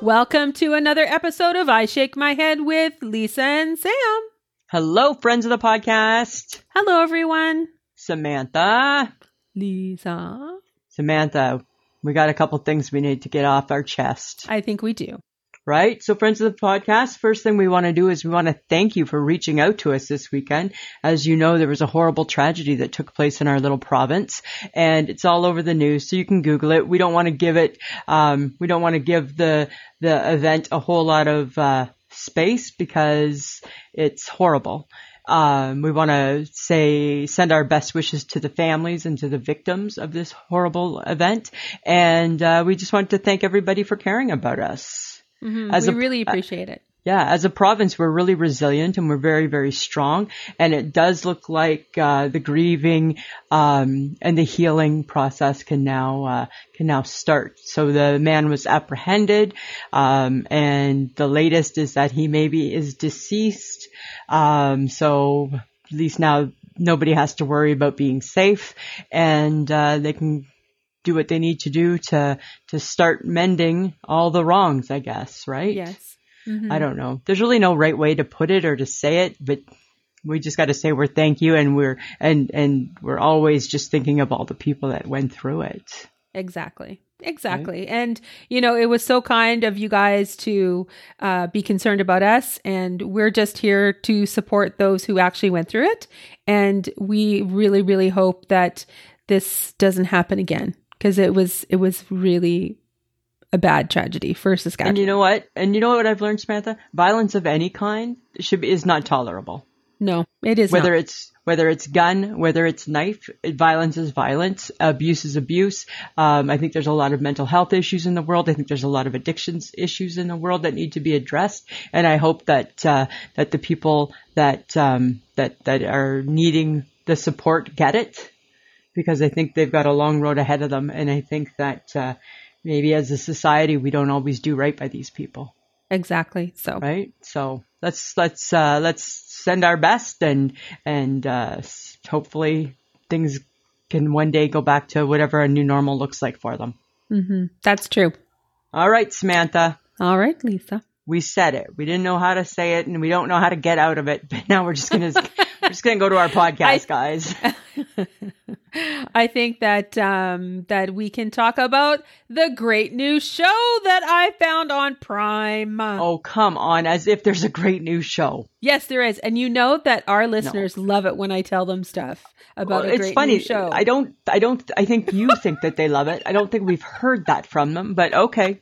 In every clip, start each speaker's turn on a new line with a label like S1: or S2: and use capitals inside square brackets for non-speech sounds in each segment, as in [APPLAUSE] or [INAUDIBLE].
S1: Welcome to another episode of I Shake My Head with Lisa and Sam.
S2: Hello, friends of the podcast.
S1: Hello, everyone.
S2: Samantha.
S1: Lisa.
S2: Samantha, we got a couple things we need to get off our chest,
S1: I think we do.
S2: right? So, friends of the podcast, first thing we want to do is we want to thank you for reaching out to us this weekend. As you know, there was a horrible tragedy that took place in our little province, and it's all over the news, so you can Google it. We don't want to give it, um, we don't want to give the the event a whole lot of uh, space because it's horrible. Um, we want to say send our best wishes to the families and to the victims of this horrible event, and uh, we just want to thank everybody for caring about us.
S1: Mm, we
S2: As a-
S1: really appreciate it.
S2: yeah, as a province, we're really resilient and we're very, very strong. And it does look like uh, the grieving um, and the healing process can now uh, can now start. So the man was apprehended, um, and the latest is that he maybe is deceased. Um, so at least now nobody has to worry about being safe, and uh, they can do what they need to do to to start mending all the wrongs. I guess, right?
S1: Yes. Mm-hmm.
S2: I don't know. There's really no right way to put it or to say it, but we just got to say we're thank you and we're and and we're always just thinking of all the people that went through it.
S1: Exactly. Exactly. And, you know, it was so kind of you guys to uh, be concerned about us. And we're just here to support those who actually went through it. And we really, really hope that this doesn't happen again because it was, it was really a bad tragedy for Saskatchewan.
S2: And you know what? And you know what I've learned, Samantha? Violence of any kind should be, is not tolerable.
S1: no, it is
S2: whether
S1: not.
S2: it's whether it's gun, whether it's knife, violence is violence, abuse is abuse. Um, I think there's a lot of mental health issues in the world. I think there's a lot of addictions issues in the world that need to be addressed. And I hope that uh, that the people that um, that that are needing the support get it, because I think they've got a long road ahead of them. And I think that uh, maybe as a society we don't always do right by these people
S1: exactly. So,
S2: right so let's let's uh let's send our best and and uh s- hopefully things can one day go back to whatever a new normal looks like for them
S1: hmm that's true.
S2: all right samantha
S1: All right, Lisa. [LAUGHS]
S2: we said it we didn't know how to say it and we don't know how to get out of it [LAUGHS] but now we're
S1: [LAUGHS]
S2: just gonna we're just gonna go to our
S1: I-
S2: podcast guys
S1: I think that um, that we can talk about the great new show that I found on Prime.
S2: oh come on as if there's a great new show
S1: Yes, there is, and you know that our listeners love it when I tell them stuff about a
S2: Well, Oh, it's
S1: great
S2: funny
S1: new show.
S2: i don't i don't i think you think that they love it i don't think we've heard that from them but okay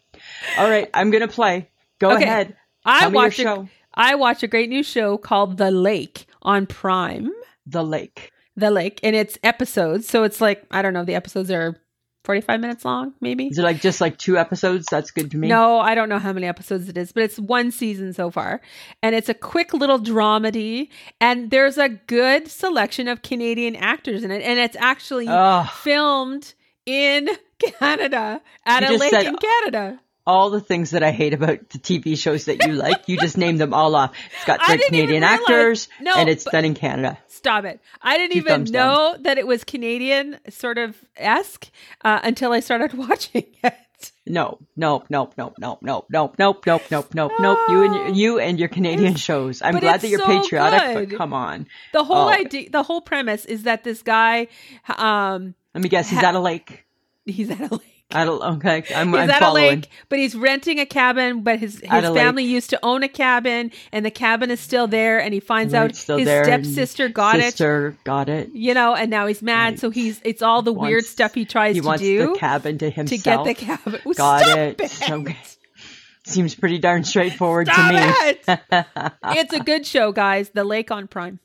S2: all right i'm gonna play go
S1: Okay.
S2: ahead
S1: I
S2: Tell me your
S1: watched a,
S2: show.
S1: I watched a great new show called The Lake on Prime.
S2: the lake.
S1: The Lake, and it's episodes, so it's like I don't know. The episodes are forty five minutes long, maybe.
S2: Is it like just like two episodes? That's good to me.
S1: No, I don't know how many episodes it is, but it's one season so far. And it's a quick little dramedy. And there's a good selection of Canadian actors in it. And it's actually
S2: Ugh,
S1: filmed in [LAUGHS] Canada at
S2: You
S1: a
S2: just
S1: lake
S2: said-
S1: in Canada.
S2: all the things that I hate about the TV shows that
S1: [LAUGHS]
S2: you like, you just named them all off. It's got
S1: I
S2: like
S1: didn't even
S2: Canadian
S1: realize-
S2: actors,
S1: No,
S2: and it's
S1: but-
S2: done in Canada.
S1: Stop it. I didn't
S2: Two
S1: even
S2: thumbs down.
S1: know that it was Canadian sort of esque uh, until I started [LAUGHS] watching it.
S2: No, nope, nope, nope, nope, nope, nope, nope, nope, nope, nope, nope. You and your, you and your Canadian shows. I'm
S1: but
S2: glad
S1: it's
S2: that you're
S1: so
S2: patriotic,
S1: good.
S2: but come on.
S1: The whole
S2: Oh.
S1: idea, the whole premise is that this guy, um,
S2: Let me guess. He's at a lake.
S1: he's at a [LAUGHS] lake.
S2: I don't. Okay, I'm,
S1: He's
S2: I'm
S1: at
S2: following.
S1: a lake, but he's renting a cabin. But his his
S2: At a
S1: family used to own a cabin, and the cabin is still there. And he finds
S2: Right,
S1: out
S2: still
S1: his
S2: there, and
S1: stepsister got it,
S2: Sister got it.
S1: you know, and now he's mad. So he's it's all the weird
S2: wants-
S1: stuff he tries
S2: He
S1: to
S2: wants
S1: do
S2: the cabin to
S1: to
S2: himself.
S1: get the cabin. Well,
S2: Got
S1: stop
S2: it. Okay. Seems pretty darn straightforward
S1: Stop
S2: to me. [LAUGHS]
S1: it! it's a good show, guys. The Lake on Prime.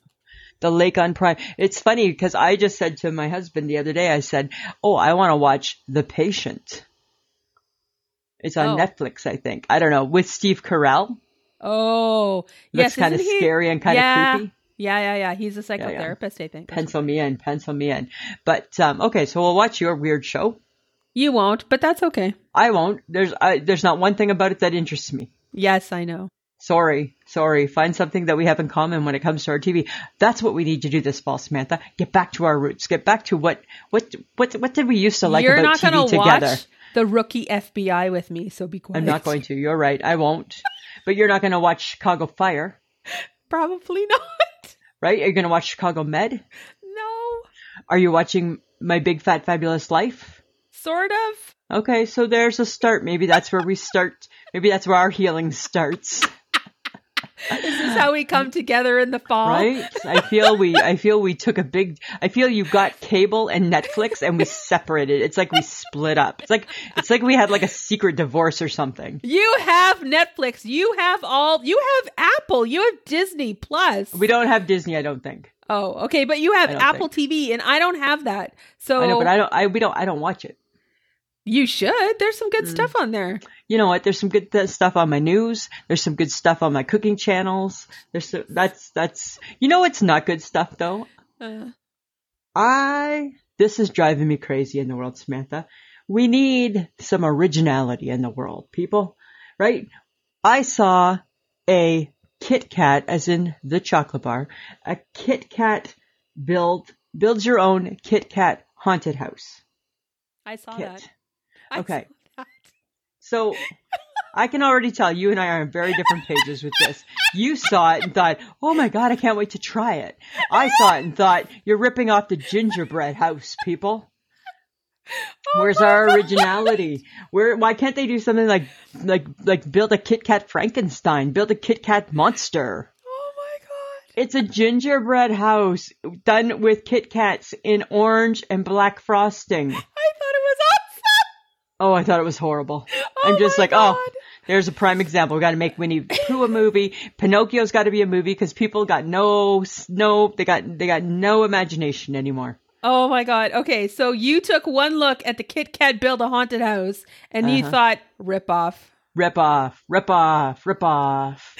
S2: the lake on prime it's funny because i just said to my husband the other day i said oh i want to watch the patient it's on
S1: Oh.
S2: netflix i think i don't know with steve carell
S1: Oh, yes,
S2: looks kind of
S1: isn't he-
S2: scary and kind of
S1: yeah.
S2: creepy
S1: Yeah, yeah, yeah. He's a
S2: yeah.
S1: psychotherapist, I think.
S2: pencil me in pencil me in but um, okay so we'll watch your weird show
S1: You won't, but that's okay.
S2: i won't there's I, there's not one thing about it that interests me
S1: Yes, I know.
S2: Sorry, sorry. Find something that we have in common when it comes to our TV. That's what we need to do this fall, Samantha. Get back to our roots. Get back to what what what what did we used to like
S1: You're not
S2: about TV
S1: gonna
S2: together?
S1: watch the rookie FBI with me, so be quiet.
S2: I'm not going to. You're right. I won't. but you're not going to watch Chicago Fire,
S1: Probably [LAUGHS] not.
S2: right? Are you going to watch Chicago Med?
S1: No,
S2: Are you watching My Big Fat Fabulous Life?
S1: sort of.
S2: Okay, so there's a start. Maybe that's where we start. Maybe that's where our healing starts,
S1: This is how we come together in the fall.
S2: right? I feel we, I feel we took a big, I feel you got cable and Netflix and we separated. It's like we split up. It's like, it's like we had like a secret divorce or something.
S1: You have Netflix. You have all. You have Apple. You have Disney Plus.
S2: We don't have Disney, I don't think.
S1: oh, okay, but you have
S2: I don't
S1: Apple TV, and I don't have that. So
S2: I know, but I don't, I, we don't, I don't watch it.
S1: you should. There's some good stuff on there.
S2: you know what? There's some good th- stuff on my news. There's some good stuff on my cooking channels. There's some, that's that's you know it's not good stuff though.
S1: Uh,
S2: I this is driving me crazy in the world, Samantha. We need some originality in the world, people. Right? I saw a Kit Kat, as in the chocolate bar, a Kit Kat build builds your own Kit Kat haunted house.
S1: I saw that.
S2: Kit.
S1: I
S2: Okay.
S1: saw that. [LAUGHS]
S2: So I can already tell you and I are on very different pages with this. You saw it and thought, oh my God, I can't wait to try it. I saw it and thought, you're ripping off the gingerbread house, people. Where's our originality? Where why can't they do something like like like build a Kit Kat Frankenstein, build a Kit Kat monster?
S1: Oh my god.
S2: It's a gingerbread house done with Kit Kats in orange and black frosting.
S1: I thought it was awesome.
S2: Oh, I thought it
S1: [LAUGHS]
S2: was horrible.
S1: Oh
S2: I'm just
S1: my
S2: like,
S1: God.
S2: oh, there's a prime example. We got to make Winnie the Pooh a movie. Pinocchio's got to be a movie because people got no, s- no, they got they got no imagination anymore.
S1: [LAUGHS] Oh my god. Okay, so you took one look at the Kit Kat build a haunted house and you thought rip off.
S2: Rip off, rip off,
S1: [LAUGHS]
S2: rip off.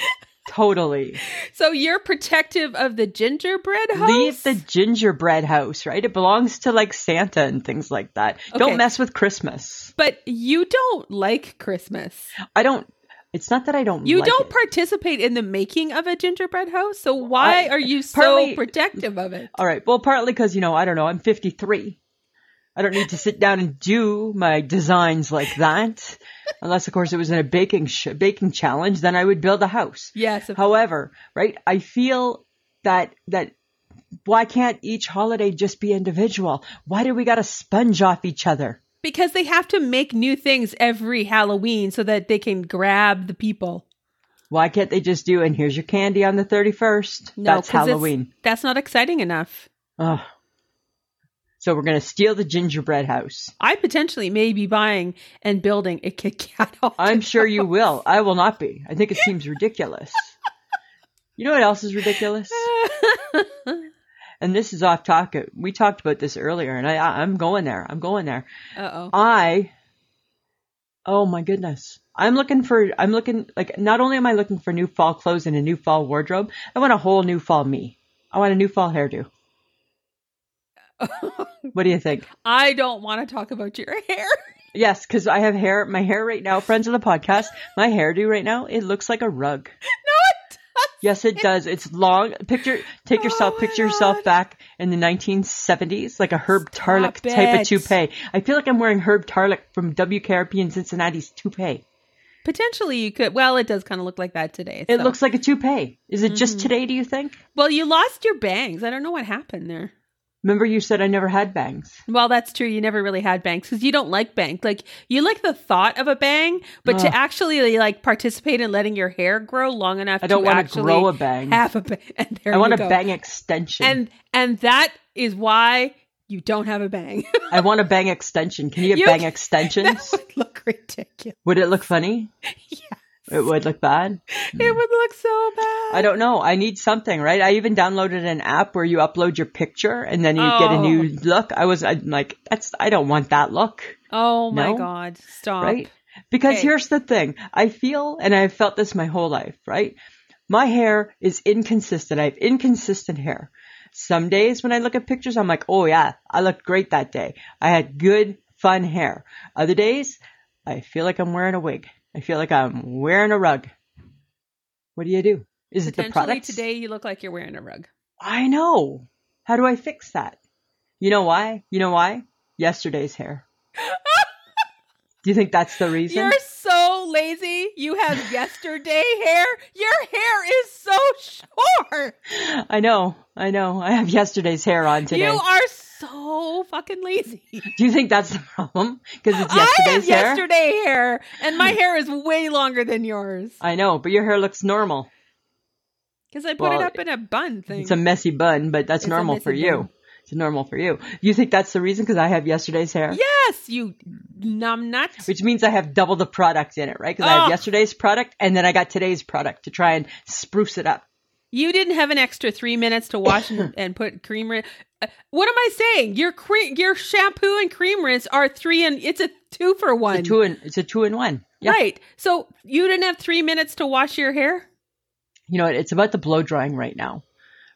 S2: totally.
S1: So you're protective of the gingerbread house?
S2: Leave the gingerbread house, right? It belongs to like Santa and things like that.
S1: Okay.
S2: Don't mess with Christmas.
S1: But you don't like Christmas.
S2: I don't. It's not that I don't.
S1: You
S2: like
S1: don't
S2: it.
S1: participate in the making of a gingerbread house. So why
S2: I-
S1: are you so
S2: partly- uh,
S1: protective of it?
S2: All right. Well, partly because, you know, I don't know, I'm 53. I don't need to sit down and do my designs like that. Unless, of course, it was in a baking, sh- baking challenge, then I would build a house.
S1: Yes. Of-
S2: However, right, I feel that, that why can't each holiday just be individual? Why do we got to sponge off each other?
S1: because they have to make new things every Halloween so that they can grab the people.
S2: Why can't they just do, and here's your candy on the 31st?
S1: 'cause
S2: That's
S1: it's-
S2: Halloween.
S1: That's not exciting enough.
S2: Ugh. So we're going to steal the gingerbread house.
S1: I potentially may be buying and building a Kit Kat. [LAUGHS] haunted
S2: I'm sure you
S1: house.
S2: will. I will not be. I think it seems ridiculous. You know what else is ridiculous? And this is off topic. We talked about this earlier, and I, I, I'm going there. I'm going there.
S1: Uh oh.
S2: I. Oh my goodness. I'm looking for. I'm looking like. Not only am I looking for new fall clothes and a new fall wardrobe, I want a whole new fall me. I want a new fall hairdo. What do you think?
S1: [LAUGHS] I don't want to talk about your hair.
S2: Yes, because I have hair. My hair right now, friends of the podcast, my hairdo right now, it looks like a rug.
S1: no, it
S2: Yes, it does. It's long. Picture, take yourself,
S1: my
S2: picture
S1: God.
S2: yourself back in the 1970s, like a Herb Tarlick type
S1: it.
S2: of toupee. I feel like I'm wearing Herb Tarlick from WKRP in Cincinnati's toupee.
S1: Potentially, you could. Well, it does kind of look like that today.
S2: It
S1: so-
S2: looks like a toupee. Is it just today, do you think?
S1: Well, you lost your bangs. I don't know what happened there.
S2: Remember you said I never had bangs.
S1: Well, that's true. You never really had bangs because you don't like bang. Like you like the thought of a bang, but to
S2: Ugh.
S1: actually like participate in letting your hair grow long enough,
S2: I don't
S1: to
S2: wanna
S1: actually
S2: grow a bang.
S1: Have a bang. And there
S2: I want
S1: you
S2: a
S1: go.
S2: bang extension.
S1: and and that is why you don't have a bang. [LAUGHS]
S2: I want a bang extension. Can you get
S1: You-
S2: bang
S1: that [LAUGHS]
S2: extensions?
S1: would look ridiculous.
S2: Would it look funny?
S1: Yeah,
S2: It would look bad.
S1: it would look so bad.
S2: Hmm. I don't know. I need something, right? I even downloaded an app where you upload your picture and then you get a new look. I was I'm like, that's I don't want that look,
S1: Oh my
S2: No.
S1: god! Stop.
S2: right? Because
S1: Okay.
S2: here's the thing. I feel and I've felt this my whole life, right? My hair is inconsistent. I have inconsistent hair. Some days when I look at pictures, I'm like, oh yeah, I looked great that day. I had good, fun hair. Other days, I feel like I'm wearing a wig. I feel like I'm wearing a rug. What do you do? Is it the
S1: Potentially
S2: product?
S1: today you look like you're wearing a rug.
S2: I know. How do I
S1: [LAUGHS]
S2: fix that? You know why? You know why? Yesterday's hair. Do you think that's the reason?
S1: You're so lazy. You
S2: [LAUGHS]
S1: have yesterday hair. Your hair is so short.
S2: I know. I know. I have yesterday's hair on today.
S1: You are so fucking lazy.
S2: Do you think that's the problem? Because it's
S1: I have
S2: yesterday's hair.
S1: yesterday hair, and my hair is way longer than yours
S2: I know, but your hair looks normal.
S1: because I put
S2: Well,
S1: it up in a bun thing.
S2: It's a messy bun, but that's
S1: It's a
S2: normal for
S1: messy
S2: you.
S1: bun.
S2: It's normal for you. You think that's the reason? Because I have yesterday's hair,
S1: yes, you numb nut.
S2: which means I have double the product in it, right? Because I have
S1: Ugh.
S2: yesterday's product and then I got today's product to try and spruce it up.
S1: You didn't have an extra three minutes to wash
S2: [LAUGHS]
S1: and, and put cream rinse. Uh, What am I saying? Your cre- your shampoo and cream rinse are three and it's a two for one.
S2: It's a two and it's a two and one. Yeah.
S1: Right. So you didn't have three minutes to wash your
S2: [LAUGHS]
S1: hair?
S2: you know, it's about the blow drying right now,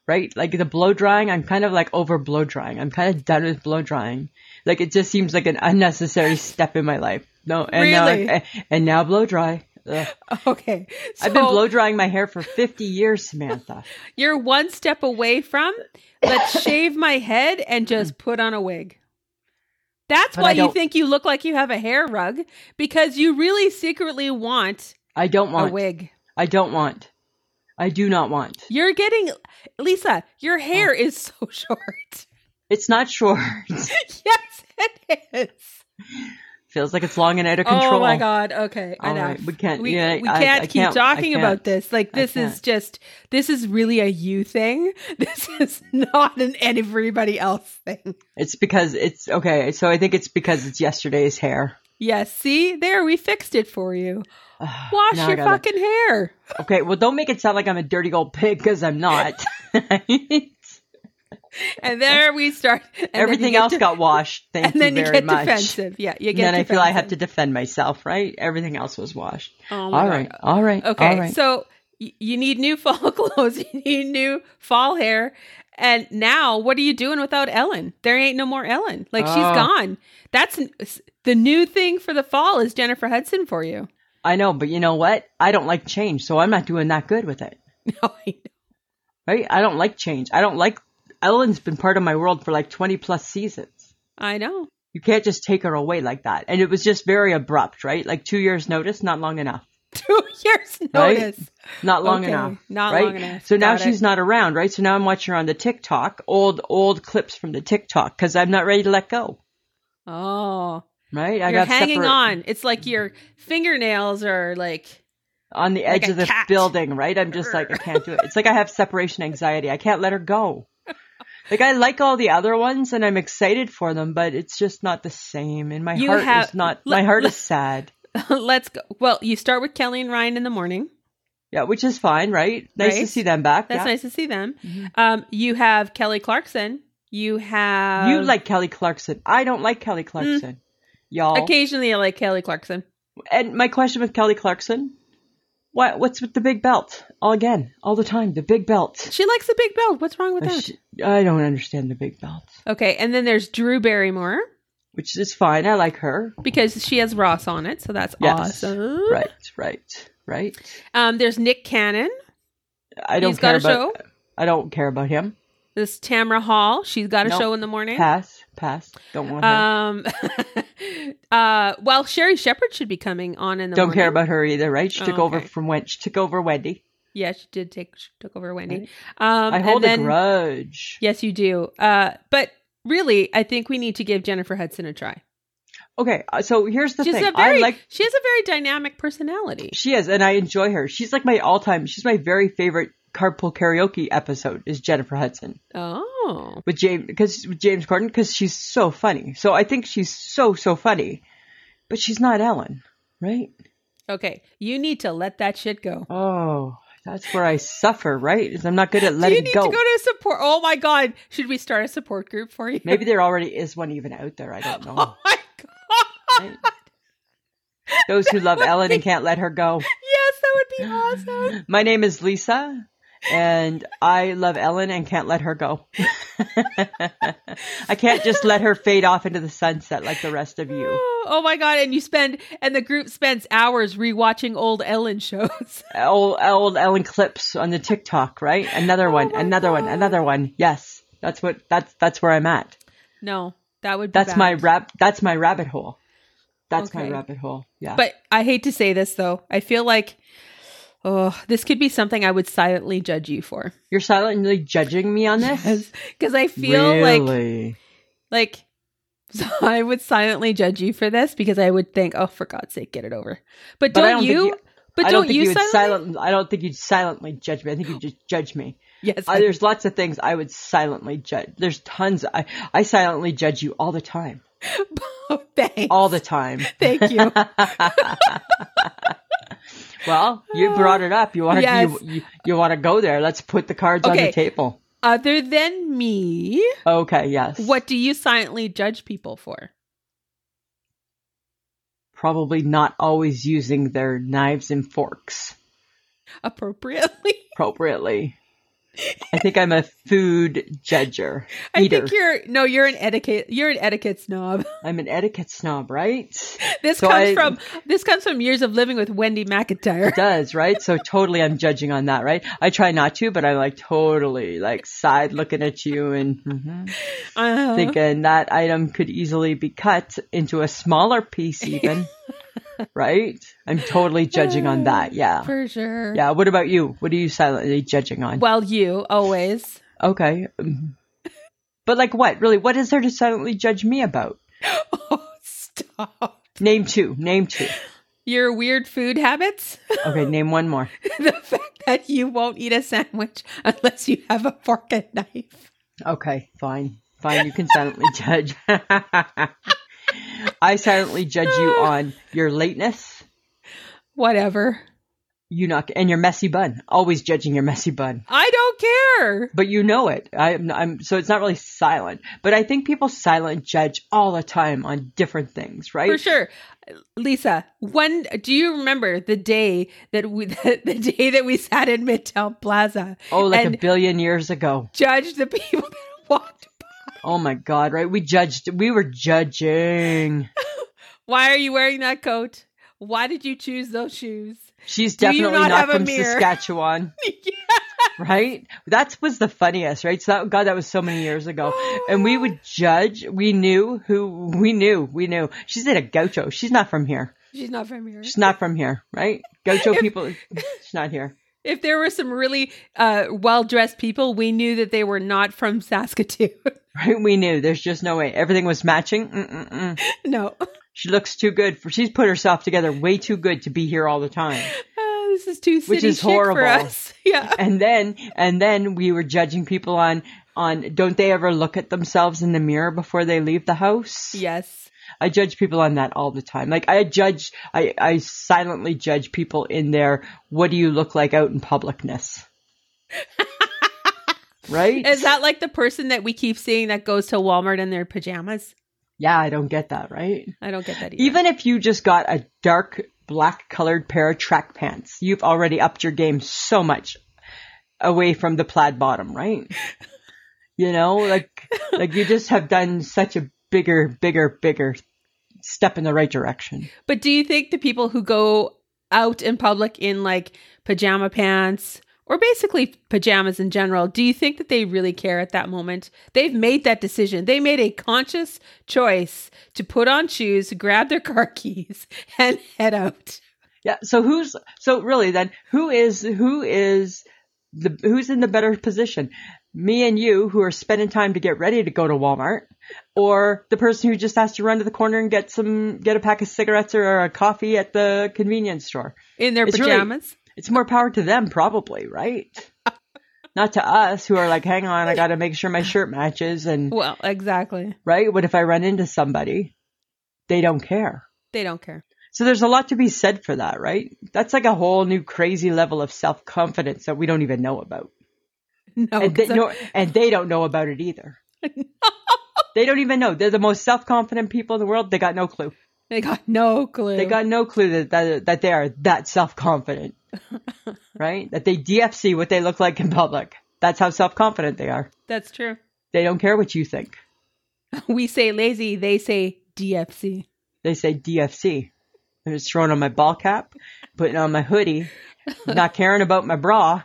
S2: right? Like the blow drying, I'm kind of like over blow drying. I'm kind of done with blow drying. Like it just seems like an unnecessary [LAUGHS] step in my life. No, and now
S1: Really?
S2: and now blow dry. Ugh.
S1: [LAUGHS] Okay. So
S2: I've been blow drying my hair for 50 years, Samantha.
S1: you're one step away from
S2: [COUGHS]
S1: let's shave my head and just put on a wig. That's
S2: Mm. But I
S1: why you
S2: don't-
S1: think you look like you have a hair rug because you really secretly want
S2: I don't
S1: a
S2: want.
S1: wig.
S2: I don't want. I do not want.
S1: You're getting Lisa, your
S2: Oh.
S1: hair is so [LAUGHS]
S2: [LAUGHS]
S1: short.
S2: It's not short.
S1: [LAUGHS] yes, it is.
S2: Feels like it's long and out of control.
S1: Oh my god. Okay.
S2: All
S1: enough.
S2: right, we can't-
S1: We,
S2: yeah,
S1: we
S2: I-
S1: can't
S2: I
S1: keep
S2: can't- I
S1: talking
S2: can't.
S1: about this. Like
S2: I
S1: this is
S2: can't.
S1: just this is really a you thing. [LAUGHS] This is not an everybody else thing.
S2: It's because it's okay. So I think it's because it's yesterday's hair.
S1: Yes. See, there we fixed it for
S2: [SIGHS]
S1: you.
S2: Ugh,
S1: Wash
S2: now I
S1: your
S2: gotta-
S1: fucking hair.
S2: Okay, well, don't make it sound like I'm a dirty old pig because I'm
S1: [LAUGHS]
S2: not. [LAUGHS]
S1: And there we start. and then you
S2: Everything
S1: get
S2: else
S1: de- [LAUGHS]
S2: got washed. Thank
S1: And then
S2: you
S1: you
S2: very
S1: get
S2: much.
S1: defensive. Yeah, you
S2: And
S1: get.
S2: then I feel I have to
S1: defensive.
S2: defend myself, right? Everything else was washed.
S1: Oh my
S2: All
S1: God.
S2: right, all right,
S1: Okay,
S2: all right.
S1: so y- you need new fall [LAUGHS] clothes, you need new fall hair, and now what are you doing without Ellen? There ain't no more Ellen. Like she's
S2: Oh.
S1: gone. That's n- s- the new thing for the fall is Jennifer Hudson for you. [LAUGHS]
S2: I know, but you know what? I don't like change, so I'm not doing that good with it,
S1: No, I know.
S2: right? I don't like change. I don't like. Ellen's been part of my world for like 20 plus seasons.
S1: I know. [LAUGHS]
S2: You can't just take her away like that. And it was just very abrupt, right? Like two years' notice, not long enough.
S1: Two years
S2: Right?
S1: notice.
S2: Not long
S1: Okay,
S2: enough.
S1: not
S2: right?
S1: long enough.
S2: So now
S1: Got it.
S2: she's not around, right? So now I'm watching her on the TikTok, old old clips from the TikTok because I'm not ready to let go,
S1: Oh,
S2: right? I
S1: you're
S2: got
S1: hanging
S2: separate-
S1: on. It's like your fingernails are like. [LAUGHS]
S2: on the
S1: like
S2: edge
S1: a
S2: of the
S1: cat.
S2: building, right? I'm just like I can't do it. It's like I have separation anxiety. I can't let
S1: [LAUGHS]
S2: her go. Like I like all the other ones and I'm excited for them, but it's just not the same. And my
S1: You
S2: heart
S1: have-
S2: is not.
S1: let-
S2: my heart
S1: let-
S2: is sad.
S1: Let's go. Well, you start with Kelly and Ryan in the morning.
S2: Yeah, which is fine, right? Nice to
S1: Right?
S2: see them back.
S1: That's
S2: yeah. Mm-hmm.
S1: nice to see them. Um, you have Kelly Clarkson. You have
S2: You like Kelly Clarkson. I don't like
S1: mm.
S2: Kelly Clarkson, y'all.
S1: occasionally I like Kelly Clarkson.
S2: And my question with Kelly Clarkson, what what's with the big belt? All again, all the time, the big belt.
S1: She likes the big belt. What's wrong with that?
S2: Sh- I don't understand the big belt,
S1: okay, and then there's Drew Barrymore
S2: which is fine. I like her.
S1: because she has Ross on it, so that's
S2: Yes.
S1: awesome.
S2: Right, right, right.
S1: Um, there's Nick Cannon.
S2: I don't
S1: He's
S2: care
S1: got a
S2: about.
S1: show.
S2: I don't care about him.
S1: There's Tamara Hall. She's got a
S2: Nope.
S1: show in the morning.
S2: Pass, pass. Don't want her.
S1: Um, [LAUGHS] uh, well, Sherry Shepherd should be coming on in the
S2: don't
S1: morning.
S2: care about her either, right? She took
S1: Oh,
S2: over
S1: okay.
S2: from Wendy. She took over Wendy.
S1: Yeah, she did take she took over Wendy. Um,
S2: I
S1: and
S2: hold
S1: then-
S2: a grudge.
S1: Yes, you do. Uh, but really, I think we need to give Jennifer Hudson a try.
S2: Okay, uh, so here's the
S1: She's
S2: thing.
S1: a very,
S2: I like
S1: she has a very dynamic personality.
S2: She is, and I enjoy her. She's like my all time. She's my very favorite carpool karaoke episode is Jennifer Hudson
S1: Oh,
S2: with James because with James Corden because she's so funny. So I think she's so so funny, but she's not Ellen, right?
S1: okay. You need to let that shit go.
S2: Oh, that's where I suffer, right? Is I'm not good at
S1: Do you
S2: letting
S1: need
S2: go.
S1: to go to a support? Oh my god, should we start a support group for you?
S2: Maybe there already is one even out there. I don't know.
S1: [LAUGHS] Oh my god,
S2: Right? Those who
S1: [LAUGHS]
S2: love Ellen and can't let her go.
S1: yes, that would be
S2: [GASPS]
S1: awesome.
S2: My name is Lisa, and I love Ellen and can't let her go. [LAUGHS] I can't just let her fade off into the sunset like the rest of you.
S1: Oh, oh my god, and you spend and the group spends hours rewatching old Ellen shows. [LAUGHS]
S2: Old, old Ellen clips on the TikTok, right? Another one,
S1: Oh my
S2: another one,
S1: God.
S2: another one. Yes, that's what that's that's where I'm at.
S1: no, that would be
S2: That's my
S1: bad.
S2: rab- That's my rabbit hole. That's my
S1: Okay.
S2: rabbit hole. Yeah.
S1: But I hate to say this though. I feel like oh, this could be something I would silently judge you for.
S2: You're silently judging me on this?
S1: [LAUGHS] Cuz I feel like
S2: really?
S1: like so [LAUGHS] I would silently judge you for this because I would think, "Oh, for God's sake, get it over." But
S2: But I
S1: don't,
S2: don't think
S1: you,
S2: you-
S1: But
S2: I
S1: don't,
S2: don't think
S1: you,
S2: you would
S1: silently?
S2: silent I don't think you'd silently judge me. I think you just judge me.
S1: yes.
S2: Uh, there's lots of things I would silently judge. There's tons. I, I silently judge you all the time.
S1: Oh, [LAUGHS] thanks.
S2: All the time.
S1: [LAUGHS] Thank
S2: [LAUGHS]
S1: you.
S2: Well, you brought it up. You want to
S1: Yes.
S2: you, you, you want to go there. Let's put the cards on
S1: Okay.
S2: the table.
S1: Other than me,
S2: Okay, yes.
S1: what do you silently judge people for?
S2: Probably not always using their knives and forks
S1: Appropriately. [LAUGHS]
S2: appropriately. I think I'm a food judger.
S1: [LAUGHS] I
S2: eater.
S1: think you're no, you're an etiquette you're an etiquette snob.
S2: I'm an etiquette snob, right?
S1: This
S2: So
S1: comes
S2: I-
S1: from this comes from years of living with Wendy McIntyre.
S2: does, right? So totally I'm judging on that, right? I try not to, but I'm like totally like side looking at you and mhm,
S1: Uh,
S2: thinking that item could easily be cut into a smaller piece even. right? I'm totally judging on that. Yeah.
S1: for sure.
S2: Yeah. What about you? What are you silently judging on?
S1: Well, you
S2: [LAUGHS]
S1: always.
S2: okay. Mhm. But like what? Really, what is there to silently judge me about?
S1: Oh, stop.
S2: Name two. Name two.
S1: Your weird food habits. [LAUGHS]
S2: Okay, name one more.
S1: the fact that you won't eat a sandwich unless you have a fork and knife.
S2: Okay, fine. Fine, you can silently [LAUGHS] judge. I silently judge you on your lateness,
S1: Whatever.
S2: you not and your messy bun. Always judging your messy bun.
S1: I don't care.
S2: But you know it. I, am I'm so it's not really silent. But I think people silent judge all the time on different things, right?
S1: For sure. Lisa, when do you remember the day that we [LAUGHS] the, day that we sat in Midtown Plaza
S2: Oh, like
S1: And-
S2: a billion years ago.
S1: judged the people [LAUGHS] that walked by?
S2: Oh my god, right? We judged we were judging.
S1: Why are you wearing that coat? Why did you choose those shoes?
S2: She's
S1: Do you
S2: definitely
S1: not
S2: not,
S1: have a
S2: from
S1: mirror? [LAUGHS]
S2: Saskatchewan. Right? That was the funniest, right? So that, God, that was so many years ago. and we would judge. We knew who, we knew, we knew. She's in a gaucho. She's not from here.
S1: She's not from here.
S2: She's not from here, right? Gaucho people, she's not here.
S1: If there were some really uh, well dressed people, we knew that they were not from Saskatoon. [LAUGHS]
S2: Right? We knew. There's just no way. Everything was matching. Mm-mm-mm.
S1: no. Uh,
S2: She looks too good for, she's put herself together way too good to be here all the time.
S1: this is too city
S2: Which is
S1: chic for
S2: horrible.
S1: us. [LAUGHS]
S2: [LAUGHS]
S1: Yeah.
S2: and then and then we were judging people on on don't they ever look at themselves in the mirror before they leave the house
S1: Yes.
S2: i judge people on that all the time like i judge i i silently judge people in their what do you look like out
S1: [LAUGHS]
S2: in publicness right
S1: Is that like the person that we keep seeing that goes to Walmart in their pajamas?
S2: yeah i don't get that right
S1: I don't get that either.
S2: even if you just got a dark black colored pair of track pants you've already upped your game so much away from the plaid bottom right you know like like you just have done such a bigger bigger bigger step in the right direction
S1: But do you think the people who go out in public in like pajama pants or basically pajamas in general, do you think that they really care at that moment? They've made that decision. They made a conscious choice to put on shoes, grab their car [LAUGHS] keys, and head out.
S2: yeah so who's so really then who is who is the who's in the better position me and you who are spending time to get ready to go to walmart or the person who just has to run to the corner and get some get a pack of cigarettes or a coffee at the convenience store
S1: In their
S2: It's really-
S1: pajamas.
S2: it's more power to them probably right not to us who are like hang on i gotta make sure my shirt matches and
S1: well, exactly.
S2: right what if i run into somebody they don't care
S1: They don't care.
S2: so there's a lot to be said for that right that's like a whole new crazy level of self-confidence that we don't even know about
S1: No.
S2: and, they,
S1: Oh, 'cause I-
S2: nor, and they don't know about it
S1: [LAUGHS]
S2: either they don't even know they're the most self-confident people in the world they got no clue
S1: they got no clue.
S2: They got no clue that that, that they are that
S1: [LAUGHS]
S2: self confident, right? That they DFC what they look like in public. That's how self confident they are.
S1: That's true.
S2: They don't care what you think.
S1: We say lazy, they say DFC.
S2: They say DFC. I'm just throwing on my ball cap, putting on my hoodie, not caring about my bra,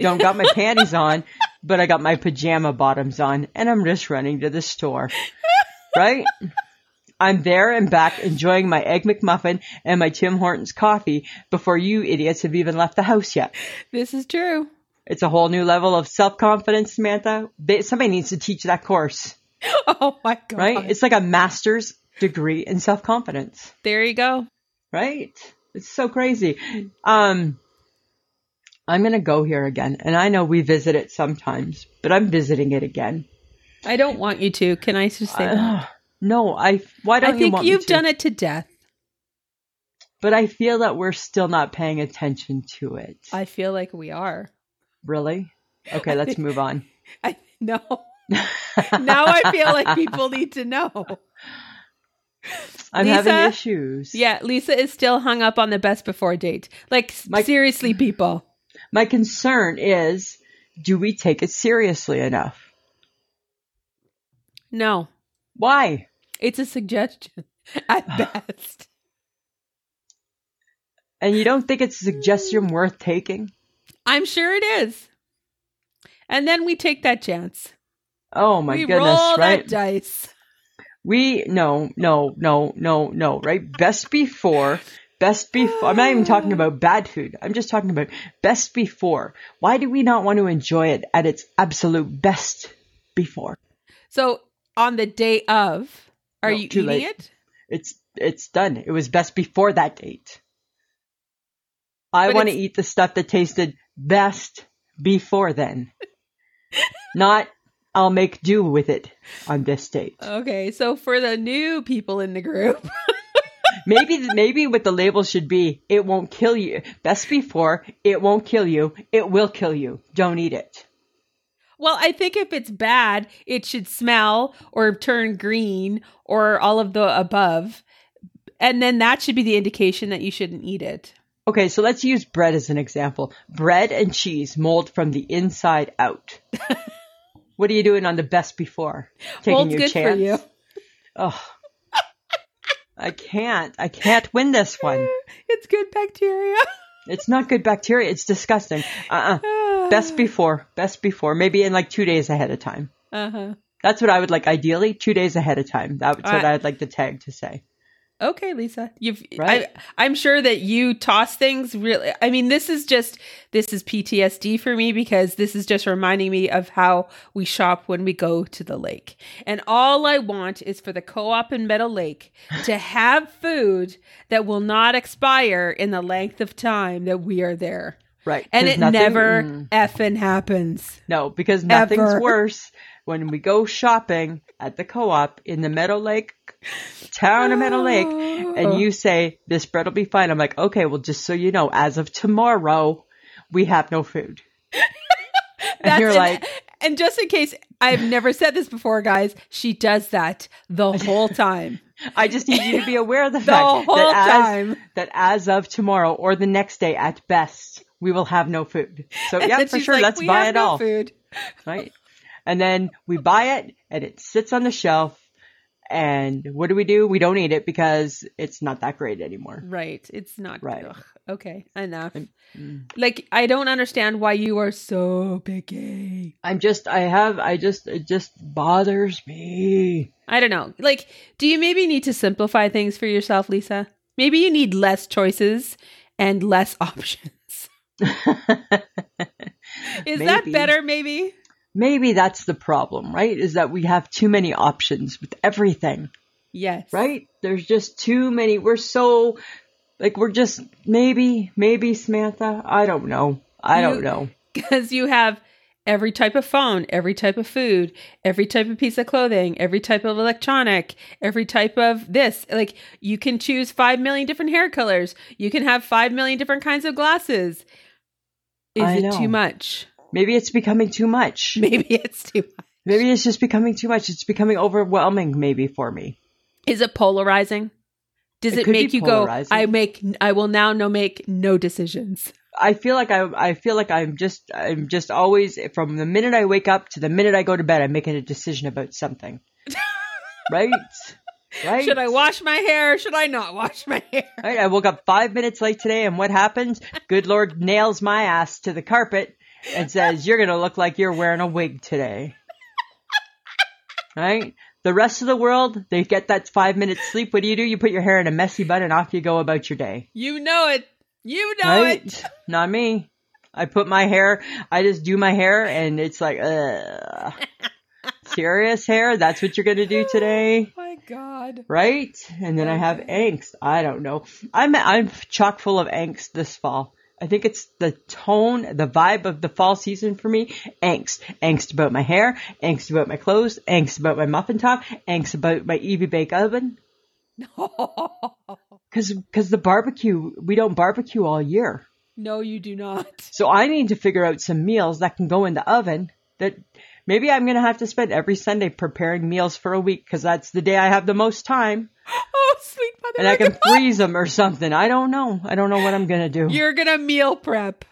S2: don't got my panties on, but I got my pajama bottoms on, and I'm just running to the store, right? I'm there and back enjoying my Egg McMuffin and my Tim Hortons coffee before you idiots have even left the house yet.
S1: This is true. [LAUGHS]
S2: It's a whole new level of self confidence, Samantha. They, somebody needs to teach that course,
S1: Oh my god.
S2: right? It's like a master's degree in self confidence,
S1: there you go.
S2: right? It's so crazy. Um, I'm going to go here again. And I know we visit it sometimes, but I'm visiting it again.
S1: I don't want you to. Can I just say that?
S2: No, [SIGHS] I. Why don't
S1: I
S2: you
S1: think
S2: want
S1: you've
S2: me to?
S1: done it to death.
S2: But I feel that we're still not paying attention to it.
S1: I feel like we are.
S2: really? Okay, let's move on.
S1: I no. [LAUGHS] now I feel like people need to know.
S2: [LAUGHS] I'm
S1: Lisa?
S2: having issues.
S1: Yeah, Lisa is still hung up on the best before date. Like s-
S2: My-
S1: seriously, people.
S2: My concern is do we take it seriously enough?
S1: No.
S2: Why?
S1: It's a
S2: [SIGHS]
S1: suggestion at best.
S2: And you don't think it's a suggestion worth taking?
S1: I'm sure it is. And then we take that chance.
S2: Oh my
S1: we
S2: goodness,
S1: roll
S2: right?
S1: that dice.
S2: we no, no, no, no, no, right? Best before Best before. I'm not even talking about bad food. I'm just talking about best before. Why do we not want to enjoy it at its absolute best before?
S1: So on the day of, are
S2: No,
S1: you
S2: too
S1: eating
S2: late.
S1: it?
S2: It's it's done. It was best before that date. I
S1: But
S2: want to
S1: it's-
S2: eat the stuff that tasted best
S1: [LAUGHS]
S2: before then. Not I'll make do with it on this date.
S1: Okay, so for the new people in the group,
S2: Maybe maybe what the label should be, it won't kill you. Best before, it won't kill you. It will kill you. Don't eat it.
S1: well, I think if it's bad, it should smell or turn green or all of the above. And then that should be the indication that you shouldn't eat it.
S2: Okay, so let's use bread as an example. Bread and cheese mold from the inside
S1: [LAUGHS]
S2: out. what are you doing on the best before? Taking
S1: Mold's
S2: your
S1: good
S2: chance.
S1: for you.
S2: Oh, I can't. I can't win this one.
S1: [LAUGHS] It's good bacteria.
S2: It's not good bacteria. It's disgusting. Uh uh Best before. Best before. Maybe in like two days ahead of time.
S1: [SIGHS] Uh-huh.
S2: That's what I would like. Ideally, two days ahead of time. That's what
S1: I-
S2: I'd like the tag to say.
S1: Okay, Lisa. You've
S2: Right.
S1: I I'm sure that you toss things really I mean this is just this is PTSD for me because this is just reminding me of how we shop when we go to the lake. And all I want is for the co-op in Meadow Lake to have food that will not expire in the length of time that we are there.
S2: Right.
S1: And
S2: There's
S1: it
S2: nothing-
S1: never
S2: Mm.
S1: effing happens.
S2: No, because nothing's
S1: Ever.
S2: worse when we go shopping at the co-op in the Meadow Lake town of Meadow Lake,
S1: Oh.
S2: and you say this bread will be fine. I'm like, okay, well, just so you know, as of tomorrow, we have no food. and you're
S1: That's-
S2: like,
S1: and just in case I've never said this before, guys, she does that the whole time.
S2: I just need you to be aware of
S1: [LAUGHS]
S2: the,
S1: The
S2: fact
S1: whole
S2: that as,
S1: time.
S2: that as of tomorrow or the next day at best, we will have no food. So yeah,
S1: And
S2: for
S1: she's
S2: sure,
S1: like,
S2: let's
S1: "We
S2: buy
S1: have
S2: it
S1: no
S2: all, right?
S1: Food.
S2: And then we buy it, and it sits on the shelf. And what do we do? We don't eat it because it's not that great anymore.
S1: Right. It's not
S2: Right.
S1: ugh, okay. Enough.
S2: Mm.
S1: Like I don't understand why you are so picky.
S2: I'm just, I have, I just, it just bothers me. [LAUGHS]
S1: I don't know. Like, do you maybe need to simplify things for yourself, Lisa? Maybe you need less choices and less [LAUGHS] options. Is that
S2: Maybe.
S1: better? Maybe.
S2: Maybe that's the problem, right? Is that we have too many options with everything,
S1: Yes.
S2: right? There's just too many. We're so, like, we're just, maybe, maybe Samantha. I don't know. I
S1: You-
S2: don't know.
S1: because you have every type of phone, every type of food, every type of piece of clothing, every type of electronic, every type of this. Like you can choose 5 million different hair colors. You can have 5 million different kinds of glasses. Is
S2: I
S1: it
S2: know.
S1: too much? [LAUGHS]
S2: Maybe it's becoming too much.
S1: Maybe it's too much.
S2: Maybe it's just becoming too much. It's becoming overwhelming, maybe, for me.
S1: Is it polarizing? Does
S2: It
S1: it,
S2: could be
S1: make you go
S2: polarizing.
S1: I make I will now no make no decisions. [LAUGHS]
S2: I feel like I, I feel like I'm just, I'm just always from the minute I wake up to the minute I go to bed, I'm making a decision about something. right?
S1: [LAUGHS]
S2: Right?
S1: Should I wash my hair? Should I not wash my [LAUGHS] hair?
S2: Right? I woke up five minutes late today, and what happened? Good Lord nails my ass to the carpet and says, "You're gonna look like you're wearing a wig today." Right? The rest of the world, they get that five minutes sleep. What do you do? You put your hair in a messy bun and off you go about your day.
S1: You know it. You know it.
S2: Not me. I put my hair, I just do my hair and it's like, uh, serious hair. That's what you're going to do today.
S1: Oh my God.
S2: Right? And then I have angst. I don't know. I'm, I'm chock full of angst this fall. I think it's the tone, the vibe of the fall season for me. Angst. Angst about my hair, angst about my clothes, angst about my muffin top, angst about my Evie Bake Oven. Cause, cause the barbecue, we don't barbecue all year.
S1: [LAUGHS] no, you do not.
S2: So I need to figure out some meals that can go in the oven that maybe I'm going to have to spend every Sunday preparing meals for a week because that's the day I have the most time
S1: [LAUGHS] Oh, sweet mother.
S2: and I
S1: of [LAUGHS]
S2: can
S1: God.
S2: freeze them or something. I don't know. I don't know what I'm going to do.
S1: You're going to meal prep.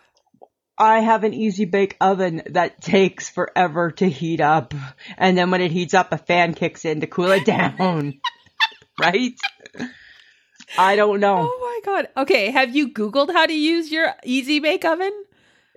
S2: I have an easy bake oven that takes forever to heat up. And then when it heats up, a fan kicks in to cool it down. [LAUGHS] right? I don't know.
S1: Oh my God. Okay. Have you Googled how to use your easy bake oven?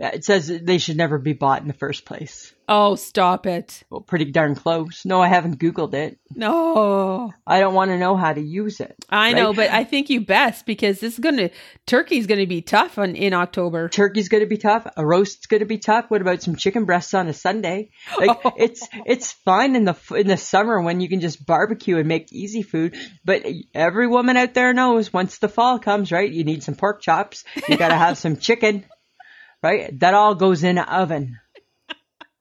S2: It says they should never be bought in the first place.
S1: Oh, stop it.
S2: Well, pretty darn close. No, I haven't Googled it.
S1: No.
S2: I don't want to know how to use it.
S1: I know,
S2: Right?
S1: but I think you best because this is going to, turkey's going to be tough on, in October.
S2: Turkey's going to be tough. A roast's going to be tough. What about some chicken breasts on a Sunday? Like it's it's fine in the f- in the summer when you can just barbecue and make easy food. But every woman out there knows once the fall comes, right? You need some pork chops. You got to have some chicken, right? That all goes in an oven.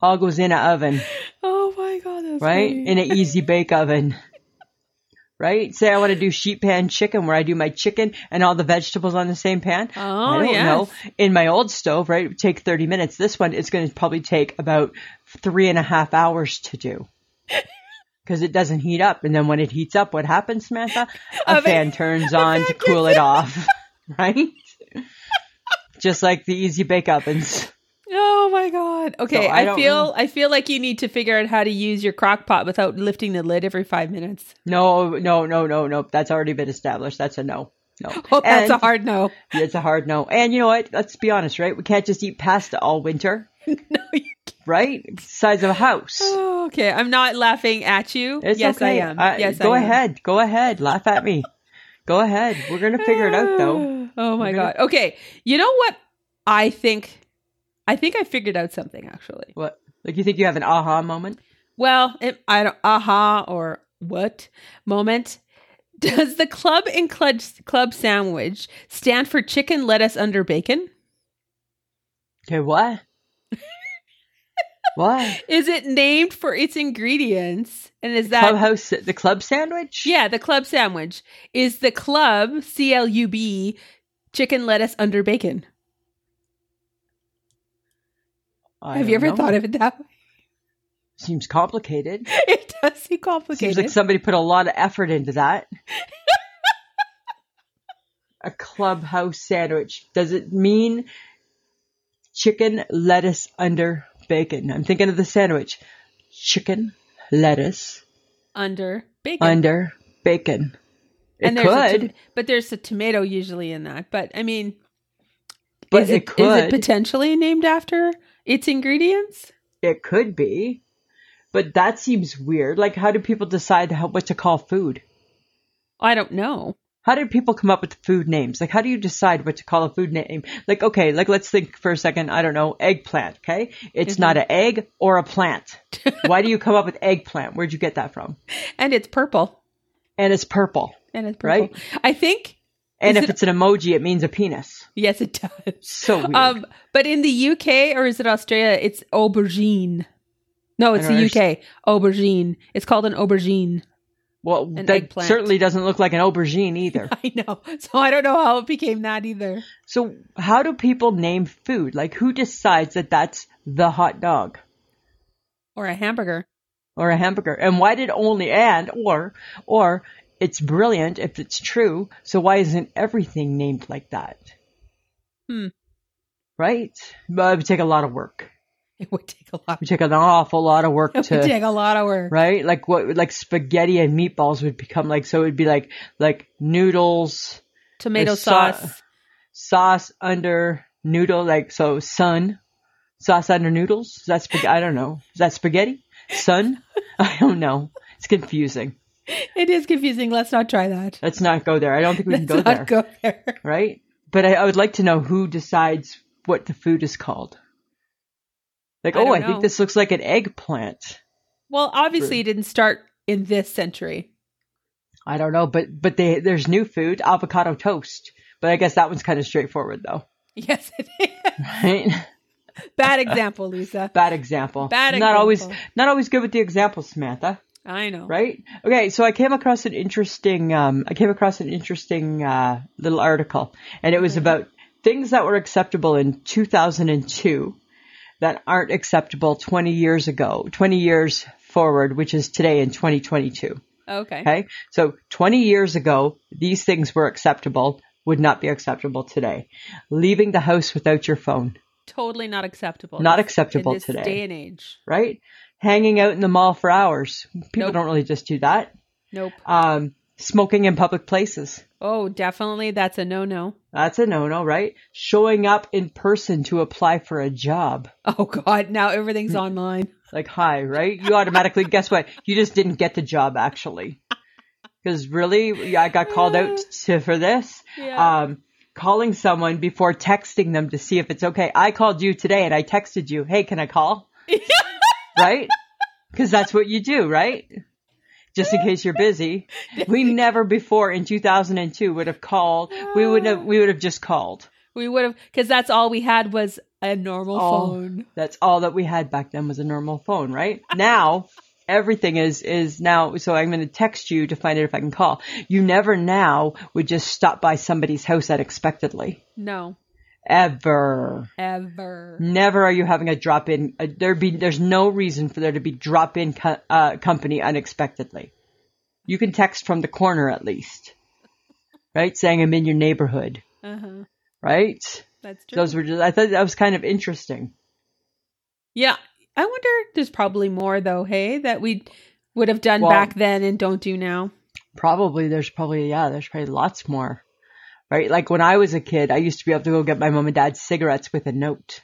S2: All goes in an oven,
S1: Oh my God. That's
S2: right?
S1: funny.
S2: In an easy bake oven. Right? Say I want to do sheet pan chicken where I do my chicken and all the vegetables on the same pan.
S1: Oh,
S2: I don't
S1: yes.
S2: know. In my old stove, right, it would take 30 minutes. This one is going to probably take about three and a half hours
S1: [LAUGHS]
S2: to do because it doesn't heat up. And then when it heats up, what happens, Samantha? A
S1: Oven.
S2: fan turns on to cool it off, [LAUGHS] right? Just like the easy bake ovens.
S1: Oh my god. Okay,
S2: I
S1: I,
S2: don't
S1: feel
S2: know.
S1: I feel like you need to figure out how to use your crock pot without lifting the lid every 5 minutes.
S2: No, no, no, no, no. That's already been established. That's a no. No.
S1: [LAUGHS] Oh, that's
S2: And-
S1: a hard no.
S2: It's a hard no. And you know what? Let's be honest, right? We can't just eat pasta all winter,
S1: [LAUGHS] No. you-
S2: right? Size of a house.
S1: Oh, okay, I'm not laughing at you.
S2: It's
S1: yes,
S2: okay.
S1: I am.
S2: Uh,
S1: yes,
S2: go
S1: I am.
S2: ahead. Go ahead. Laugh at me. Go ahead. We're gonna figure it out
S1: [SIGHS]
S2: though.
S1: Oh my
S2: We're gonna-
S1: god. Okay. You know what I think I think I figured out something actually.
S2: What? Like you think you have an aha moment?
S1: Well, it, I don't aha or what moment. [LAUGHS] Does the club and club, club sandwich stand for chicken lettuce under
S2: [SIGHS]
S1: bacon?
S2: Okay.
S1: [LAUGHS]
S2: What? what?
S1: Is it named for its ingredients? And is that
S2: Clubhouse. The club sandwich.
S1: yeah, the club sandwich is the club C L U B chicken lettuce under bacon.
S2: I
S1: Have you
S2: don't
S1: ever
S2: know.
S1: thought of it that way? [LAUGHS]
S2: Seems complicated.
S1: It does seem
S2: Seems
S1: complicated.
S2: like somebody put a lot of effort
S1: [LAUGHS]
S2: into that. a clubhouse sandwich. Does it mean chicken, lettuce under bacon? I'm thinking of the sandwich. Chicken, lettuce
S1: under bacon.
S2: under bacon. It
S1: there's a
S2: could,
S1: tom- but there's a tomato usually in that. But I mean,
S2: but
S1: is
S2: it,
S1: it, is
S2: could.
S1: it potentially named after its ingredients?
S2: it could be. But that seems weird. Like, how do people decide how, what to call food?
S1: I don't know.
S2: How do people come up with food names? Like, how do you decide what to call a food name? Like, okay, like let's think for a second. I don't know, eggplant. Okay, it's
S1: Mm-hmm.
S2: not an egg or a
S1: [LAUGHS]
S2: plant. Why do you come up with eggplant? Where'd you get that from?
S1: And it's purple.
S2: And it's purple.
S1: And it's purple. I think
S2: And
S1: Is
S2: if
S1: it-
S2: it's an emoji, it means a penis.
S1: yes, it does. [LAUGHS]
S2: So weird.
S1: Um, but in the UK or is it Australia? It's aubergine. No, it's
S2: don't
S1: the UK. Aubergine. It's called an aubergine. [LAUGHS]
S2: well,
S1: an
S2: that
S1: eggplant.
S2: certainly doesn't look like an aubergine either.
S1: I know. So I don't know how it became that either.
S2: so, how do people name food? Like, who decides that that's the hot dog?
S1: Or a hamburger.
S2: or a hamburger. And why did only and or or it's brilliant if it's true. So why isn't everything named like that?
S1: Hmm.
S2: Right? But it would take a lot of work.
S1: [LAUGHS] It would take a lot.
S2: It would take an awful lot of work
S1: It would
S2: to
S1: take a lot of work.
S2: right. Like what? Like spaghetti and meatballs would become like so. It'd be like like noodles
S1: Tomato
S2: There's so-
S1: sauce.
S2: sauce under noodle. Like so sun sauce under noodles. Is that spaghetti? [LAUGHS] I don't know. Is that spaghetti? Sun? I don't know. It's confusing.
S1: It is confusing. Let's not try that.
S2: Let's not go there. I don't think we can
S1: Let's
S2: go there.
S1: not go there.
S2: right? But I, I would like to know who decides what the food is called. Like,
S1: I
S2: oh,
S1: don't
S2: I
S1: know.
S2: think this looks like an eggplant.
S1: Well, obviously,
S2: True.
S1: it didn't start in this century.
S2: I don't know, but but they, there's new food, avocado toast. But I guess that one's kind of straightforward though, [LAUGHS]
S1: Yes, it is.
S2: right?
S1: [LAUGHS] Bad example, Lisa.
S2: Bad example.
S1: Bad
S2: Not always
S1: example.
S2: not always good with the examples, Samantha.
S1: I know.
S2: Right? Okay, so I came across an interesting um I came across an interesting uh little article and it was about things that were acceptable in 2002 that aren't acceptable 20 years ago, 20 years forward, which is today in 2022.
S1: Okay.
S2: Okay? So 20 years ago, these things were acceptable, would not be acceptable today. Leaving the house without your phone,
S1: Totally not acceptable.
S2: Not
S1: in-
S2: acceptable
S1: in this
S2: today.
S1: Day and age.
S2: right? Hanging out in the mall for hours. People
S1: Nope.
S2: don't really just do that.
S1: Nope.
S2: Um, smoking in public places.
S1: oh, definitely. That's a no-no.
S2: That's a no-no, right? Showing up in person to apply for a job.
S1: [LAUGHS] Oh God! Now everything's
S2: Hmm.
S1: online.
S2: Like, hi, right? You automatically, [LAUGHS] guess what? You just didn't get the job, actually. Because really, yeah, I got called out to, for this.
S1: Yeah.
S2: Um, calling someone before texting them to see if it's okay. I called you today and I texted you, hey, can I call? right? Because that's what you do, right? Just in case you're busy. We never before in 2002 would have called. We would have, we would have just called.
S1: We would have, because that's all we had was a normal
S2: All-
S1: phone.
S2: That's all that we had back then was a normal phone, right? Now everything is is now so I'm going to text you to find out if I can call. You never now would just stop by somebody's house unexpectedly.
S1: No,
S2: Ever.
S1: ever.
S2: Never are you having a drop in uh, there be there's no reason for there to be drop in co- uh, company unexpectedly. You can text from the corner at least. Right? Saying I'm in your neighborhood,
S1: Uh huh.
S2: right?
S1: That's true.
S2: Hmm. Those were just, I thought that was kind of interesting.
S1: yeah. I wonder. There's probably more though. Hey, that we would have done
S2: Well-
S1: back then and don't do now. [LAUGHS]
S2: probably there's probably yeah there's probably lots more right like when i was a kid i used to be able to go get my mom and dad's cigarettes with a note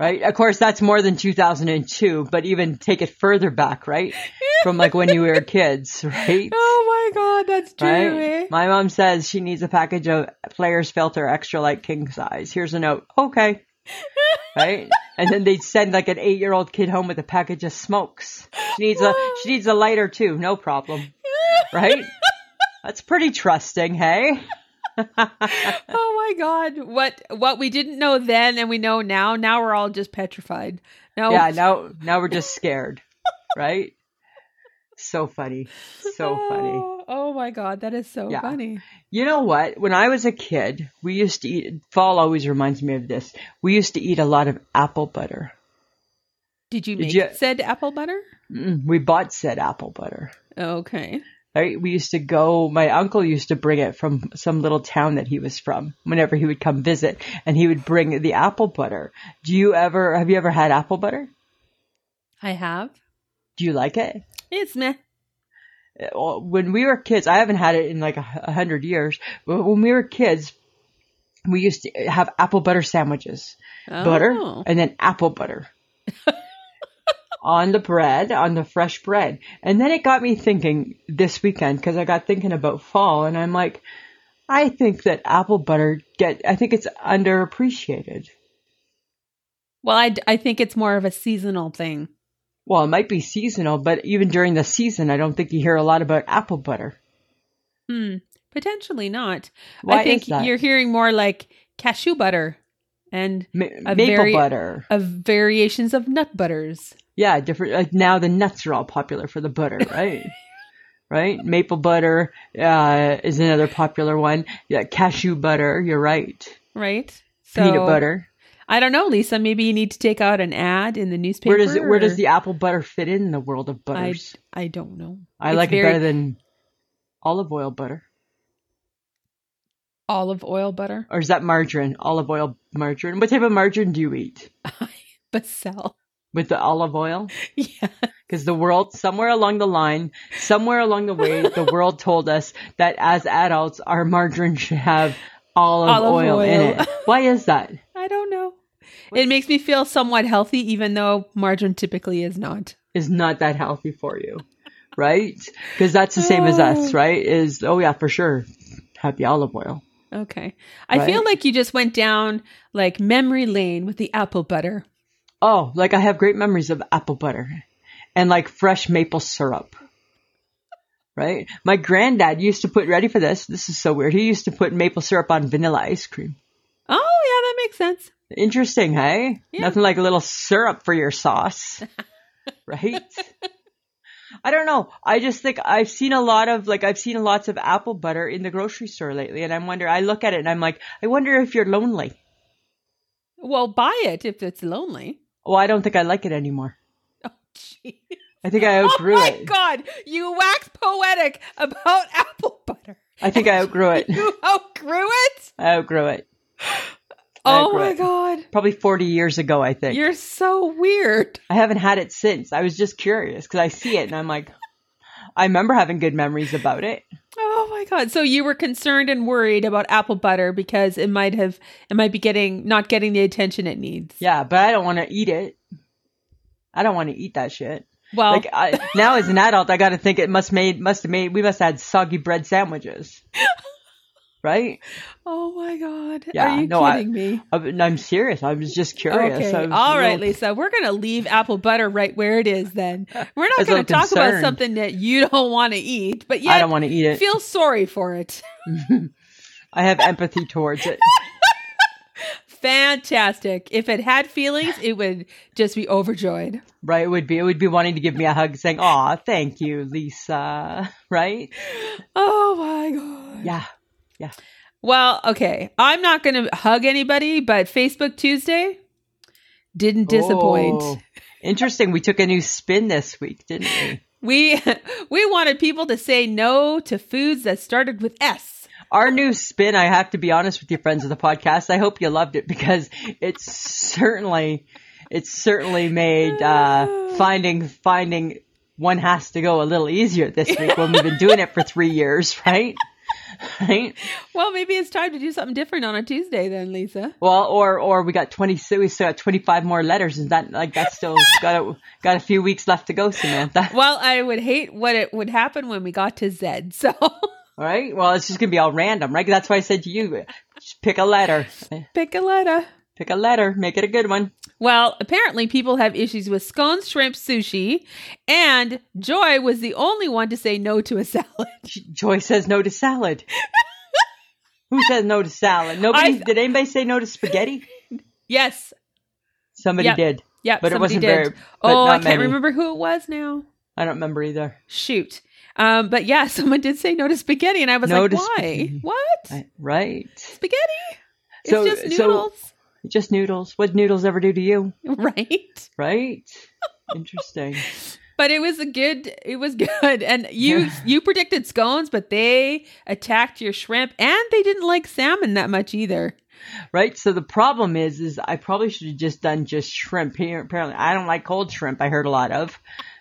S2: right of course that's more than 2002 but even take it further back right from like when you were kids [LAUGHS] right
S1: oh my God, that's true. eh?
S2: Right? My mom says she needs a package of Players Filter Extra Light King Size. Here's a note. Okay. right? And then they'd send like an eight year old kid home with a package of smokes. She needs a she needs a lighter too, no problem. Right? That's pretty trusting, hey?
S1: [LAUGHS] oh my god what what we didn't know then and we know now now we're all just petrified no
S2: Yeah, now now we're just scared. Right? So funny. So funny.
S1: oh, oh my god that is so
S2: Yeah.
S1: funny
S2: You know what? When I was a kid, we used to eat fall always reminds me of this. We used to eat a lot of apple butter.
S1: did you
S2: Did
S1: make
S2: you-
S1: said apple butter
S2: Mm, we bought said apple butter.
S1: okay
S2: Right? We used to go, my uncle used to bring it from some little town that he was from whenever he would come visit and he would bring the apple butter. Do you ever, have you ever had apple butter?
S1: i have
S2: Do you like it?
S1: it's meh
S2: Uh, well, When we were kids, I haven't had it in like a hu- a hundred years, but when we were kids, we used to have apple butter sandwiches, butter
S1: Oh.
S2: and then apple
S1: [LAUGHS]
S2: butter on the bread, on the fresh bread. And then it got me thinking this weekend because I got thinking about fall and I'm like, I think that apple butter get, I think it's underappreciated.
S1: well I, d- I think it's more of a seasonal thing
S2: Well, it might be seasonal, but even during the season, I don't think you hear a lot about apple butter.
S1: hmm potentially not
S2: Why
S1: i think
S2: is that?
S1: you're hearing more like cashew butter and
S2: Ma-
S1: a
S2: maple
S1: very-
S2: butter.
S1: of variations of nut butters
S2: Yeah, different. Like now, the nuts are all popular for the
S1: [LAUGHS]
S2: butter, right? right? Maple butter uh, is another popular one. Yeah, cashew butter. You're right.
S1: right
S2: Peanut butter.
S1: I don't know, Lisa. Maybe you need to take out an ad in the newspaper.
S2: Where does it, where
S1: or-
S2: does the apple butter fit in the world of
S1: I,
S2: butters?
S1: I don't know. it's
S2: I, like
S1: very-
S2: it better than olive oil butter,
S1: Olive oil butter, [LAUGHS]
S2: or is that margarine? Olive oil margarine. What type of margarine do you eat
S1: but sell. [LAUGHS]
S2: with the olive oil?
S1: Yeah,
S2: Because the world, somewhere along the line, somewhere along the way, the
S1: [LAUGHS]
S2: world told us that as adults, our margarine should have olive,
S1: Olive
S2: oil, in
S1: oil.
S2: it. Why is that?
S1: I don't know. It makes me feel somewhat healthy, even though margarine typically is not.
S2: Is not that healthy for you. right? Because that's the same
S1: [SIGHS]
S2: as us, right? Is oh yeah, for sure, happy olive oil.
S1: Okay. I feel like you just went down like memory lane with the apple butter.
S2: Oh, like I have great memories of apple butter and like fresh maple syrup. Right? My granddad used to put ready for this. This is so weird. He used to put maple syrup on vanilla ice cream.
S1: Oh, yeah, that makes sense.
S2: Interesting, hey?
S1: Yeah.
S2: Nothing like a little syrup for
S1: [LAUGHS]
S2: your sauce. right? I don't know. I just think I've seen a lot of like I've seen lots of apple butter in the grocery store lately and I'm wonder I look at it and I'm like, I wonder if you're lonely.
S1: Well, buy it if it's lonely.
S2: Well, I don't think I like it anymore.
S1: Oh, gee.
S2: I think I
S1: Oh
S2: outgrew
S1: my
S2: it.
S1: God. You wax poetic about [LAUGHS] apple butter.
S2: I think I outgrew it.
S1: You outgrew it?
S2: I outgrew it. I
S1: Oh
S2: outgrew
S1: my
S2: it.
S1: God.
S2: Probably 40 years ago, I think.
S1: You're so weird.
S2: I haven't had it since. I was just curious because I see it and I'm like, I remember having good memories about it.
S1: Oh my god. So you were concerned and worried about apple butter because it might have it might be getting not getting the attention it needs.
S2: Yeah, but I don't want to eat it. I don't want to eat that shit.
S1: Well,
S2: Like I, now, as an adult, I got to think it must made must have made we must have had soggy bread
S1: [LAUGHS]
S2: sandwiches, right?
S1: oh my god.
S2: Yeah,
S1: Are you
S2: no, I-
S1: kidding me?
S2: I'm, I'm serious. I was just curious.
S1: Okay.
S2: I
S1: All
S2: was
S1: right,
S2: a little-
S1: Lisa. We're going to leave apple butter right where it is
S2: [LAUGHS]
S1: then. We're
S2: I
S1: not
S2: was a
S1: going to
S2: little
S1: talk about
S2: concerned.
S1: something that you don't want to eat, but
S2: I
S1: yet
S2: don't want to eat
S1: [LAUGHS]
S2: it.
S1: feel sorry for it.
S2: I have empathy
S1: [LAUGHS]
S2: towards it.
S1: Fantastic. If it had feelings, it would just be overjoyed.
S2: Right? It would be it would be wanting to give me a hug, saying, "Aw, thank you, Lisa." Right? Oh.
S1: Oh my god.
S2: Yeah.
S1: Well, okay. I'm not going to hug anybody, but Facebook Tuesday didn't disappoint.
S2: Oh. Interesting. We took a new spin this week, didn't we?
S1: We [LAUGHS] we wanted people to say no to foods that started with S.
S2: Our new spin, I have to be honest with you, friends of the podcast. I hope you loved it because it's certainly, it's certainly made uh, finding finding one has to go a little easier this week when we've been doing it for three years, right? Right.
S1: Well, maybe it's time to do something different on a Tuesday then, Lisa.
S2: Well, or or we got twenty, so we still got twenty five more letters, and that like that's still got a, got a few weeks left to go, Samantha.
S1: Well, I would hate what it would happen when we got to Z. [LAUGHS] So
S2: All right. Well, it's just gonna be all random, right? That's why I said to you, just pick a letter,
S1: pick a letter.
S2: pick a letter, make it a good one.
S1: Well, apparently people have issues with scones, shrimp, sushi, and Joy was the only one to say no to a [LAUGHS] salad.
S2: Joy says no
S1: [LAUGHS]
S2: to salad. Who says no to salad? Nobody.
S1: I-
S2: did anybody say no to spaghetti?
S1: Yes.
S2: Somebody
S1: Yeah.
S2: did.
S1: Yep.
S2: But it
S1: somebody
S2: wasn't
S1: did.
S2: very- but
S1: oh,
S2: not
S1: I can't
S2: many.
S1: remember who it was now.
S2: I don't remember either.
S1: Shoot. Um, but yeah, [LAUGHS] someone did say no to spaghetti, and I was
S2: No
S1: like,
S2: to
S1: why?
S2: spaghetti.
S1: What?
S2: I- Right.
S1: Spaghetti? It's
S2: So-
S1: just
S2: so-
S1: noodles. [LAUGHS]
S2: Just noodles. What noodles ever do to you?
S1: right.
S2: Right. Interesting.
S1: But it was a good it was [LAUGHS] good. And you
S2: Yeah.
S1: you predicted scones, but they attacked your shrimp and they didn't like salmon that much either.
S2: Right. So the problem is, is I probably should have just done just shrimp here. Apparently, I don't like cold shrimp. I heard a lot of.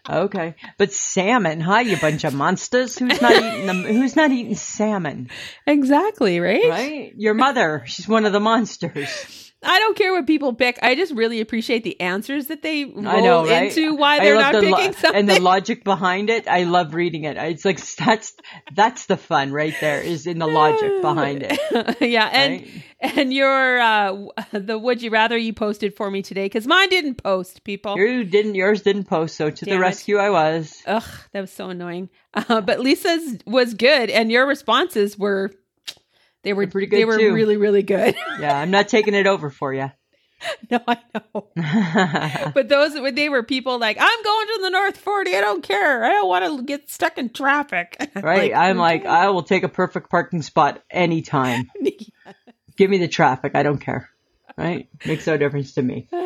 S2: Okay, but salmon, huh? You bunch of monsters. Who's not eating them? Who's not eating salmon?
S1: Exactly, right?
S2: Right. Your mother. She's one of the monsters.
S1: I don't care what people pick. I just really appreciate the answers that they roll
S2: I know, right?
S1: into why
S2: I
S1: they're
S2: love
S1: not
S2: the
S1: picking
S2: lo-
S1: something.
S2: and the logic behind it. I love reading it. It's like [LAUGHS] that's that's the fun right there is in the logic behind it.
S1: [LAUGHS] yeah, and
S2: Right?
S1: and your uh w- the would you rather you posted for me today because mine didn't post, people.
S2: You didn't yours didn't post, so to
S1: Damn
S2: the
S1: it.
S2: rescue I was.
S1: Ugh, that was so annoying. Uh, but Lisa's was good, and your responses were they were
S2: pretty
S1: They
S2: good,
S1: were
S2: too.
S1: really really good. [LAUGHS]
S2: Yeah, I'm not taking it over for [LAUGHS] you.
S1: no, I
S2: [LAUGHS]
S1: know. But those they were people like I'm going to the North Forty. I don't care. I don't want to get stuck in traffic. [LAUGHS]
S2: right? I'm like I will take a perfect parking spot anytime.
S1: like.
S2: Give me the traffic. I don't care. Right? Makes no difference to me.
S1: but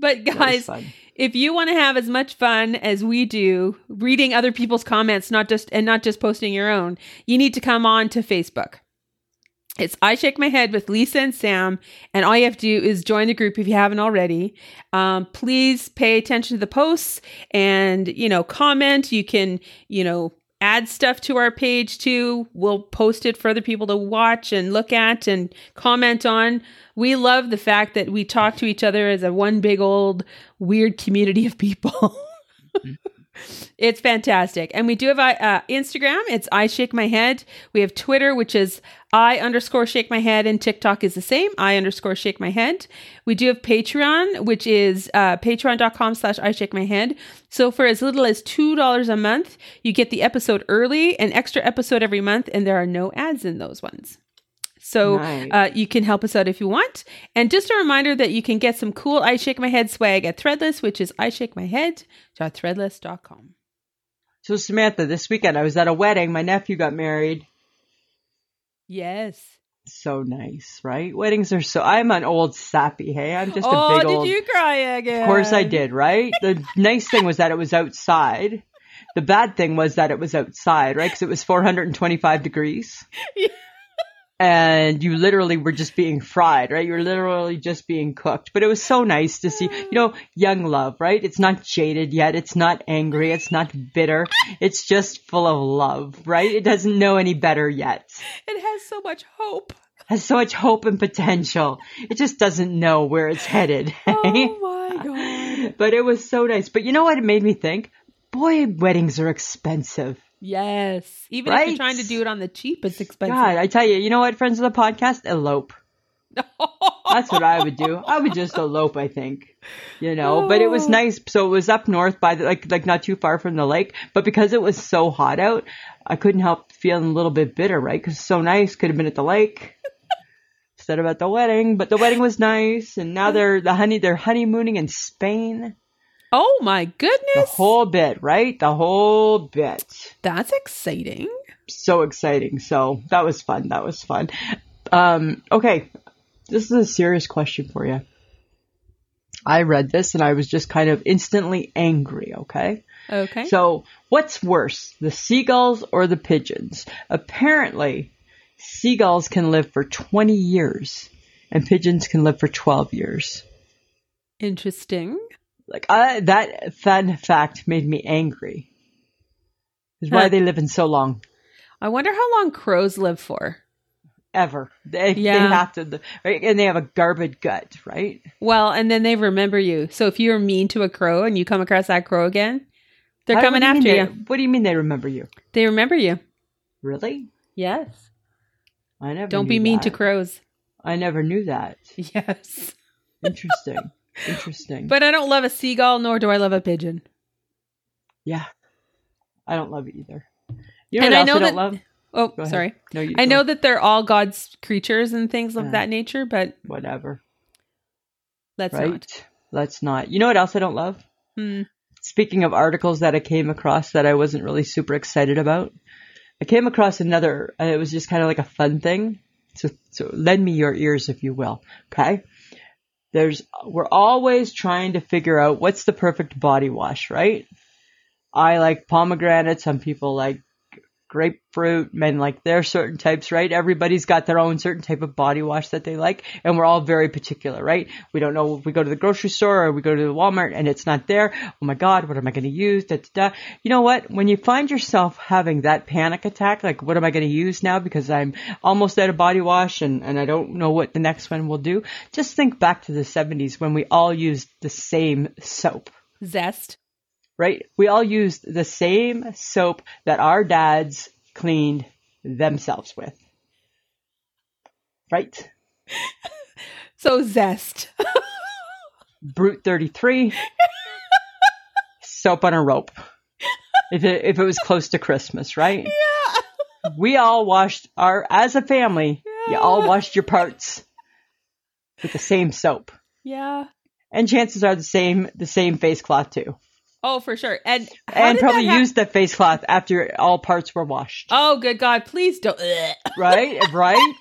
S2: That was
S1: guys,
S2: fun.
S1: if you want to have as much fun as we do reading other people's comments not just and not just posting your own you need to come on to facebook it's i shake my head with lisa and sam and all you have to do is join the group if you haven't already um, please pay attention to the posts and you know comment you can you know add stuff to our page too we'll post it for other people to watch and look at and comment on we love the fact that [LAUGHS] we talk to each other as a one big old weird community of people It's fantastic. And we do have uh, Instagram. It's I Shake My Head. We have Twitter, which is I underscore Shake My Head. And TikTok is the same. I underscore Shake My Head. We do have Patreon, which is uh, patreon.com slash I Shake My Head. So for as little as $2 a month, you get the episode early, an extra episode every month. And there are no ads in those ones. So
S2: Nice.
S1: uh, you can help us out if you want. And just a reminder that you can get some cool I Shake My Head swag at Threadless, which is I Shake My Head threadless.com.
S2: So Samantha, this weekend I was at a wedding. My nephew got married.
S1: Yes.
S2: So nice, right? Weddings are so. I'm an old sappy. Hey, I'm just
S1: oh,
S2: a big
S1: did
S2: old.
S1: you cry again?
S2: Of course I did, right?
S1: [LAUGHS]
S2: The nice thing was that it was outside. The bad thing was that it was outside, right? Because it was 425 degrees.
S1: Yeah.
S2: And you literally were just being fried, right? You were literally just being cooked. But it was so nice to see, you know, young love, right? It's not jaded yet. It's not angry. It's not bitter. It's just full of love, right? It doesn't know any better yet.
S1: It has so much
S2: [LAUGHS]
S1: hope.
S2: Has so much hope and potential. It just doesn't know where it's headed. [LAUGHS] eh?
S1: Oh my God.
S2: but it was so nice. But you know what it made me think? Boy, weddings are expensive.
S1: Yes. Even if
S2: Right?
S1: you're trying to do it on the cheap, it's expensive. [LAUGHS]
S2: God, I tell you, you know what, friends of the podcast? Elope. That's what I would do. I would just elope, I think. You know, but it was
S1: Oh.
S2: nice. So it was up north by the, like, like not too far from the lake. But because it was so hot out, I couldn't help feeling a little bit bitter, right? Cause so nice. Could have been at the lake. Instead of at the wedding, but the wedding was nice. And now they're, the honey, they're honeymooning in Spain.
S1: oh my
S2: The
S1: goodness.
S2: whole bit, right? The whole bit.
S1: That's exciting.
S2: so exciting. So that was fun. That was fun. Um, okay, this is a serious question for you. I read this and I was just kind of instantly angry. Okay.
S1: Okay.
S2: So what's worse, the seagulls or the pigeons? Apparently, seagulls can live for 20 years and pigeons can live for 12 years.
S1: Interesting.
S2: Like I, that fun fact made me angry. Is why
S1: Huh.
S2: they live in so long.
S1: I wonder how long crows live for.
S2: ever. They,
S1: Yeah.
S2: they have to, right? and they have a garbage gut, right?
S1: Well, and then they remember you. So if you're mean to a crow and you come across that crow again, they're
S2: I- what
S1: coming
S2: do you
S1: after
S2: mean
S1: you.
S2: They, what do you mean they remember you?
S1: They remember you.
S2: Really?
S1: Yes.
S2: I never.
S1: Don't
S2: knew
S1: be mean
S2: that.
S1: to crows. [LAUGHS]
S2: I never knew that.
S1: Yes.
S2: Interesting. Interesting.
S1: But I don't love a seagull, nor do I love a pigeon.
S2: yeah, I don't love it either. You know
S1: And
S2: what
S1: I
S2: else I
S1: know
S2: don't
S1: that-
S2: love?
S1: Oh,
S2: Go ahead.
S1: sorry.
S2: No, you
S1: I
S2: go.
S1: know that they're all God's creatures and things of
S2: Yeah.
S1: that nature, but
S2: Whatever.
S1: let's
S2: right.
S1: not.
S2: Let's not. You know what else I don't love?
S1: Hmm.
S2: Speaking of articles that I came across that I wasn't really super excited about, I came across another. And it was just kind of like a fun thing. So, so lend me your ears, if you will. Okay. There's we're always trying to figure out what's the perfect body wash, right? I like pomegranate. Some people like grapefruit. Men like their certain types, right? Everybody's got their own certain type of body wash that they like, and we're all very particular, right? We don't know if we go to the grocery store or we go to the Walmart and it's not there. Oh my God, what am I going to use? Da, da, da. You know what? When you find yourself having that panic attack, like what am I going to use now because I'm almost out of body wash and, and I don't know what the next one will do, just think back to the 70s when we all used the same soap
S1: Zest.
S2: right? We all used the same soap that our dads cleaned themselves with. Right?
S1: So zest. [LAUGHS]
S2: Brute 33, soap on a rope. If it, if it was close to Christmas, right? We all washed our, as a family, you all
S1: Yeah.
S2: washed your parts with the same soap.
S1: yeah.
S2: And chances are the same, the same face cloth too.
S1: Oh, for sure. And how
S2: and
S1: did that
S2: probably
S1: hap-
S2: used the face cloth after all parts were washed.
S1: Oh, good God! Please don't. Ugh.
S2: right, right,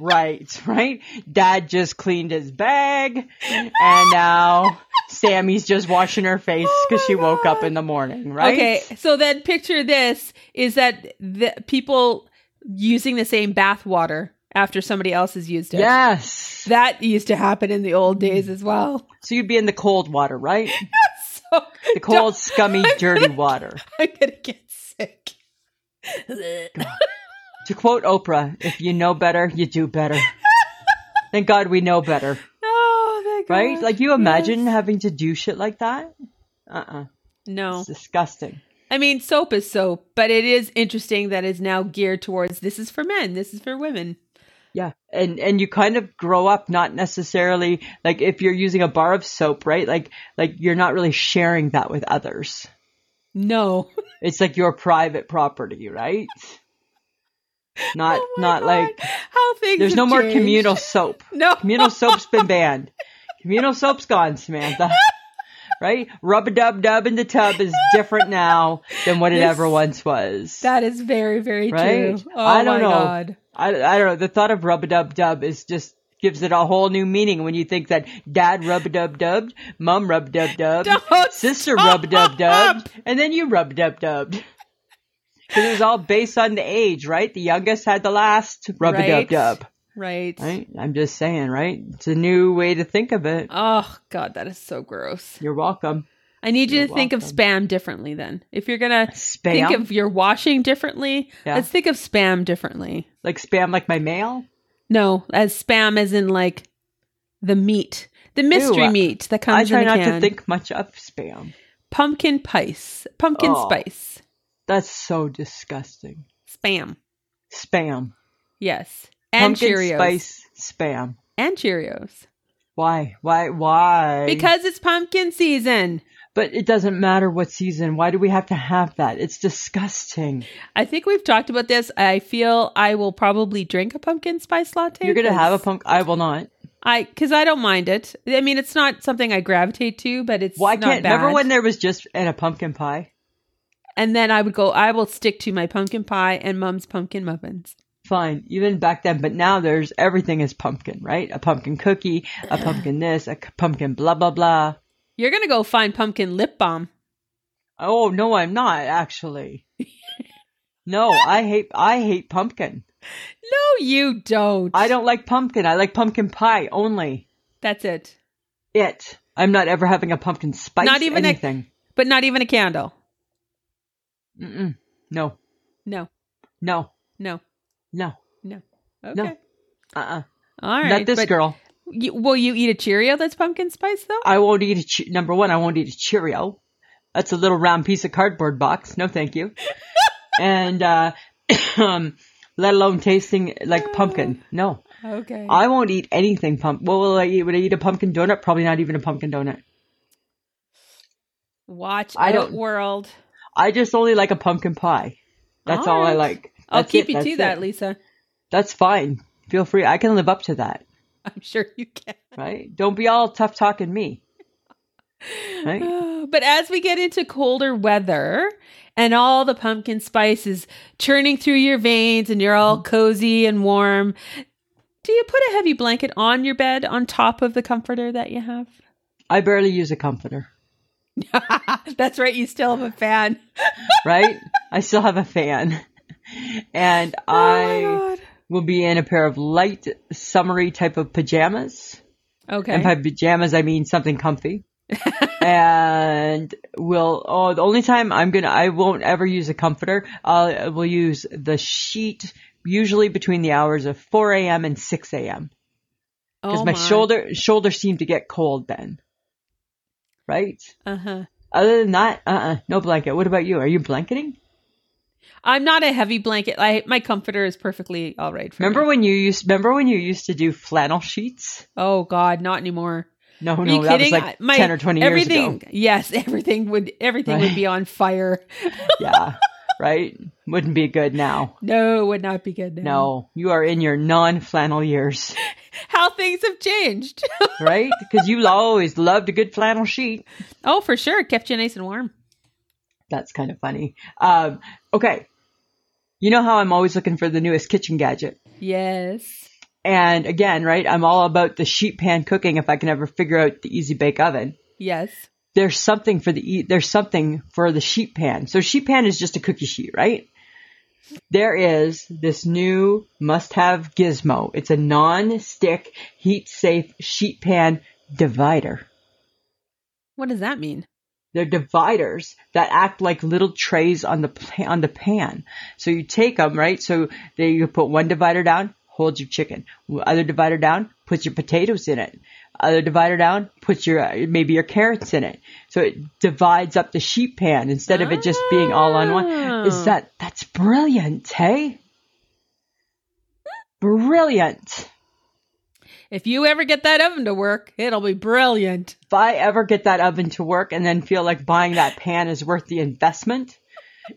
S2: right, right. Dad just cleaned his bag, and now Sammy's just washing her face because she woke up in the morning, [LAUGHS] right?
S1: Oh Okay, so then picture this is that the people using the same bath water after somebody else has used it.
S2: Yes.
S1: That used to happen in the old
S2: Mm.
S1: days as well. [LAUGHS]
S2: So you'd be in the cold water, right?
S1: So [LAUGHS]
S2: The cold, scummy, dirty water.
S1: I'm going to get sick. [LAUGHS]
S2: To quote Oprah, if you know better, you do better. Thank God we know better,
S1: oh, thank
S2: right?
S1: God.
S2: Like you imagine
S1: Yes.
S2: having to do shit like that? Uh uh
S1: No.
S2: It's disgusting.
S1: I mean, soap is soap, but it is interesting that it's now geared towards this is for men, this is for women.
S2: Yeah. And and you kind of grow up not necessarily like if you're using a bar of soap, right? Like like you're not really sharing that with others. [LAUGHS]
S1: No. [LAUGHS]
S2: It's like your private property, right? Not
S1: Oh my
S2: not
S1: God.
S2: like
S1: how things.
S2: there's
S1: have
S2: no more
S1: changed.
S2: communal soap.
S1: [LAUGHS] No.
S2: Communal soap's been banned. Communal soap's
S1: [LAUGHS]
S2: gone, Samantha. Right? Rub a dub dub in the tub is different now than what it
S1: This-
S2: ever once was.
S1: That is very very
S2: Right?
S1: true. Oh
S2: I don't
S1: my
S2: know.
S1: God.
S2: I, I don't know. The thought of rub a dub dub is just gives it a whole new meaning when you think that dad rub a dub dubbed, mom rub dub dubbed,
S1: [LAUGHS] Don't
S2: sister
S1: stop.
S2: rub a dub dubbed, and then you rub dub dubbed. Because it was all based on the age, right? The youngest had the last rub a dub
S1: Right.
S2: dub.
S1: Right.
S2: Right? I'm just saying, right? It's a new way to think of it.
S1: Oh God, that is so gross.
S2: You're welcome.
S1: I need you
S2: You're
S1: to think of spam differently. Then, if you're gonna
S2: Spam.
S1: think of your washing differently,
S2: Yeah.
S1: let's think of spam differently.
S2: like spam like my mail?
S1: No, as spam as in like the meat, the mystery
S2: Ew,
S1: meat that
S2: I
S1: comes
S2: try
S1: in a
S2: not
S1: can.
S2: to think much of spam.
S1: pumpkin pice, pumpkin
S2: Oh.
S1: spice,
S2: That's so disgusting.
S1: spam.
S2: Spam.
S1: Yes, and
S2: Pumpkin
S1: Cheerios
S2: spice spam.
S1: and Cheerios
S2: Why? Why? Why?
S1: because it's pumpkin season.
S2: But it doesn't matter what season. Why do we have to have that? It's disgusting.
S1: I think we've talked about this. I feel I will probably drink a pumpkin spice latte.
S2: You're gonna
S1: 'cause
S2: have a punk. I will not.
S1: I because I don't mind it. I mean, it's not something I gravitate to, but it's
S2: Why
S1: not
S2: can't?
S1: bad.
S2: Remember when there was just and a pumpkin pie?
S1: and then I would go. I will stick to my pumpkin pie and Mum's pumpkin muffins.
S2: Fine, even back then. But now there's everything is pumpkin, right? A pumpkin cookie, a pumpkin this, a c- pumpkin blah blah blah.
S1: You're gonna go find pumpkin lip balm.
S2: Oh no, I'm not
S1: [LAUGHS]
S2: actually. No, I hate I hate pumpkin.
S1: No, you don't.
S2: I don't like pumpkin. I like pumpkin pie only.
S1: That's it.
S2: It. I'm not ever having a pumpkin spice.
S1: Not even a-
S2: anything.
S1: But not even a candle.
S2: Mm-mm. No,
S1: No,
S2: no,
S1: no,
S2: no,
S1: no. Okay.
S2: uh-uh.
S1: All right.
S2: Not this
S1: but
S2: girl.
S1: You, will you eat a Cheerio that's pumpkin spice though?
S2: I won't eat a che- number one. I won't eat a Cheerio. That's a little round piece of cardboard box. No,
S1: [LAUGHS]
S2: thank you. and uh, [CLEARS THROAT] um, let alone tasting like pumpkin. No,
S1: okay.
S2: I won't eat anything pump. What will I eat? Would I eat a pumpkin donut? Probably not even a pumpkin donut.
S1: Watch
S2: I
S1: Out
S2: don't-
S1: World.
S2: I just only like a pumpkin pie. That's all, I
S1: Alright.
S2: like.
S1: I'll
S2: That's
S1: keep
S2: it,
S1: you
S2: that's
S1: to
S2: it.
S1: that, Lisa. [LAUGHS]
S2: That's fine. Feel free. I can live up to that.
S1: I'm sure you can.
S2: Right? Don't be all tough talking me. Right?
S1: [GASPS] But as we get into colder weather and all the pumpkin spice is churning through your veins and you're all
S2: Mm-hmm.
S1: cozy and warm, do you put a heavy blanket on your bed on top of the comforter that you
S2: [LAUGHS]
S1: have? [LAUGHS]
S2: I barely use a comforter,
S1: That's right, you still have a fan.
S2: right? [LAUGHS] I still have a fan. And I
S1: Oh my
S2: will be in a pair of light, summery type of pajamas.
S1: God. Okay.
S2: And by pajamas, I mean something comfy. and will oh the only time I'm gonna I won't ever use a comforter. I'll, I will use the sheet usually between the hours of 4 a.m. and 6 a.m. because
S1: Oh
S2: my, shoulder shoulder seemed to get cold then. Right.
S1: Uh-huh.
S2: Other than that, uh, uh no blanket. What about you? Are you blanketing?
S1: I'm not a heavy blanket. I my comforter is perfectly all right for
S2: Remember
S1: me.
S2: when you used? Remember when you used to do flannel sheets?
S1: Oh God, not anymore.
S2: No,
S1: Are
S2: no,
S1: you
S2: that was
S1: kidding?
S2: like
S1: I- my-
S2: ten or twenty years
S1: everything,
S2: ago.
S1: Yes, [LAUGHS] everything would everything would
S2: Right.
S1: be on fire.
S2: [LAUGHS] yeah, right. Wouldn't be good now.
S1: No, it would not be good now.
S2: No, you are in your non-flannel years,
S1: How things have changed. [LAUGHS]
S2: right? Because you always loved a good flannel sheet.
S1: oh, for sure. It kept you nice and warm.
S2: That's kind of funny. Um, okay, you know how I'm always looking for the newest kitchen gadget.
S1: Yes.
S2: And again, right, I'm all about the sheet pan cooking if I can ever figure out the easy bake oven.
S1: Yes.
S2: There's something for the e- there's something for the sheet pan. So sheet pan is just a cookie sheet, right? There is this new must-have gizmo. It's a non-stick heat-safe sheet pan divider.
S1: What does that mean?
S2: They're dividers that act like little trays on the pla- on the pan. So you take them, right? So they, you put one divider down, holds your chicken. Other divider down, puts your potatoes in it. other divider down, puts your maybe your carrots in it. So it divides up the sheet pan instead of it just being all on one. Is that that's brilliant, hey? Brilliant.
S1: If you ever get that oven to work, it'll be brilliant.
S2: If I ever get that oven to work and then feel like buying that pan is worth the investment,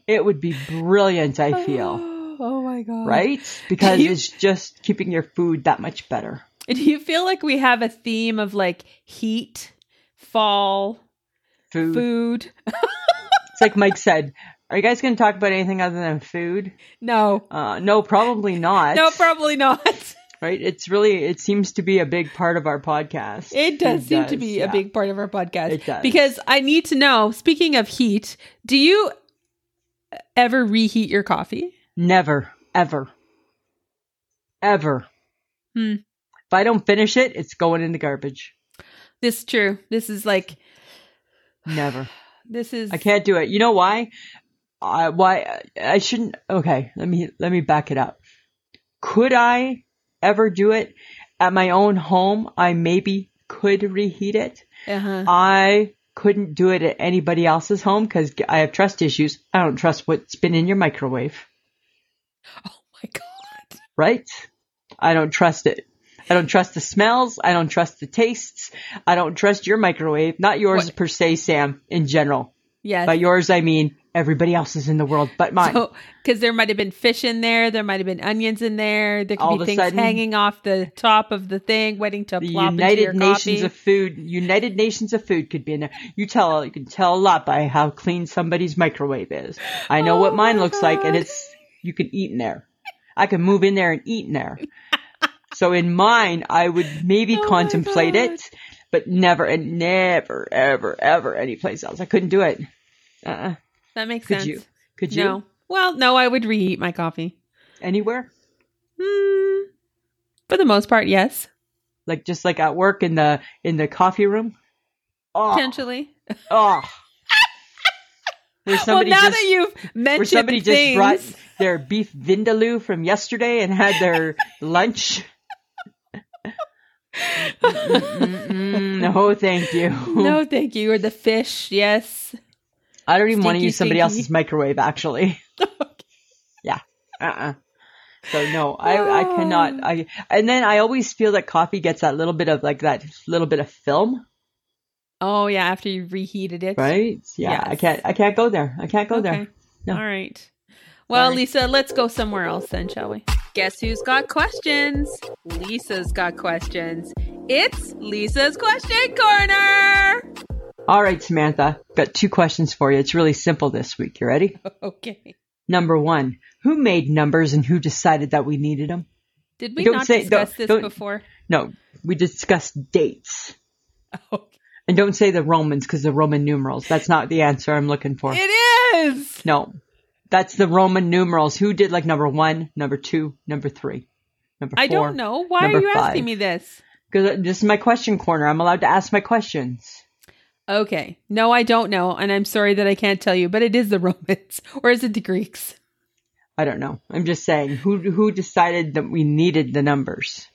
S2: it would be brilliant, I
S1: [SIGHS]
S2: feel.
S1: [GASPS] Oh my god.
S2: Right? Because it's just keeping your food that much better.
S1: Do you feel like we have a theme of like heat, fall,
S2: Food.
S1: food? [LAUGHS]
S2: It's like Mike said. Are you guys going to talk about anything other than food?
S1: No.
S2: Uh, no,
S1: [LAUGHS]
S2: probably not.
S1: No, probably not.
S2: right? It's really it seems to be a big part of our podcast.
S1: It does seem to
S2: does,
S1: be a
S2: yeah.
S1: big part of our podcast.
S2: It does.
S1: Because I need to know, speaking of heat, do you ever reheat your coffee?
S2: Never, ever, ever.
S1: Hmm.
S2: If I don't finish it, it's going in the garbage.
S1: This is true. This is like
S2: Never.
S1: this is
S2: I can't do it. You know why? I why I shouldn't. Okay, let me let me back it up. Could I ever do it at my own home? I maybe could reheat it.
S1: uh-huh.
S2: I couldn't do it at anybody else's home because I have trust issues. I don't trust what's been in your microwave,
S1: Oh my god.
S2: right? I don't trust it. I don't trust the smells. I don't trust the tastes. I don't trust your microwave. Not yours
S1: What-
S2: per se, Sam, in general.
S1: Yes.
S2: By yours, I mean everybody else's in the world but mine.
S1: So, because there might have been fish in there, there might have been onions in there, there could
S2: All
S1: be
S2: of a
S1: things
S2: sudden-
S1: hanging off the top of the thing, waiting to
S2: the
S1: plop into your
S2: United Nations
S1: coffee.
S2: of Food, United Nations of Food could be in there. You tell, you can tell a lot by how clean somebody's microwave is. I know
S1: Oh
S2: what mine
S1: my
S2: looks like, and
S1: God.
S2: it's you can eat in there. I can move in there and eat in there. so in mine, I would maybe
S1: Oh my
S2: contemplate
S1: God.
S2: it, but never and never, ever, ever anyplace else. I couldn't do it. Uh,
S1: that makes
S2: could
S1: sense.
S2: you? could you?
S1: No. Well, no, I would reheat my coffee.
S2: Anywhere?
S1: Hmm. For the most part, yes.
S2: Like just like at work in the in the coffee room? Oh,
S1: Potentially.
S2: Oh. Where somebody
S1: well, now
S2: just,
S1: that you've
S2: where
S1: [LAUGHS] mentioned
S2: somebody just
S1: things,
S2: brought their beef vindaloo from yesterday and
S1: [LAUGHS]
S2: had their lunch. Mm-mm, no, thank you.
S1: no, thank you. Or the fish, yes.
S2: I don't even want to
S1: Stinky,
S2: use somebody
S1: stinky.
S2: else's
S1: [LAUGHS]
S2: microwave, actually. Yeah. Uh-uh. So no, I, I
S1: [SIGHS]
S2: cannot. I and then I always feel that coffee gets that little bit of like that little bit of film,
S1: Oh yeah, after you reheated it,
S2: right? Yeah, I
S1: Yes.
S2: can't. I can't go there. I can't go there.
S1: Okay.
S2: No.
S1: All right. Well,
S2: Sorry.
S1: Lisa, let's go somewhere else then, shall we? Guess who's got questions? Lisa's got questions. It's Lisa's question corner.
S2: [LAUGHS] All right, Samantha, got two questions for you. It's really simple this week. You ready?
S1: Okay.
S2: Number one, who made numbers and who decided that we needed them?
S1: Did we
S2: Don't
S1: not
S2: say-
S1: discuss
S2: don't-
S1: this
S2: don't- [LAUGHS]
S1: before?
S2: No, we discussed dates.
S1: Okay.
S2: And don't say the Romans because the Roman numerals. That's not the answer I'm looking for.
S1: It is.
S2: no, that's the Roman numerals. Who did like number one, number two, number three, number four?
S1: I don't know. Why
S2: number
S1: are you asking
S2: five.
S1: me this?
S2: Because this is my question corner. I'm allowed to ask my questions.
S1: Okay. No, I don't know, and I'm sorry that I can't tell you, but it is the [LAUGHS] Romans or is it the Greeks?
S2: I don't know. I'm just saying who who decided that we needed
S1: [SIGHS]
S2: the numbers.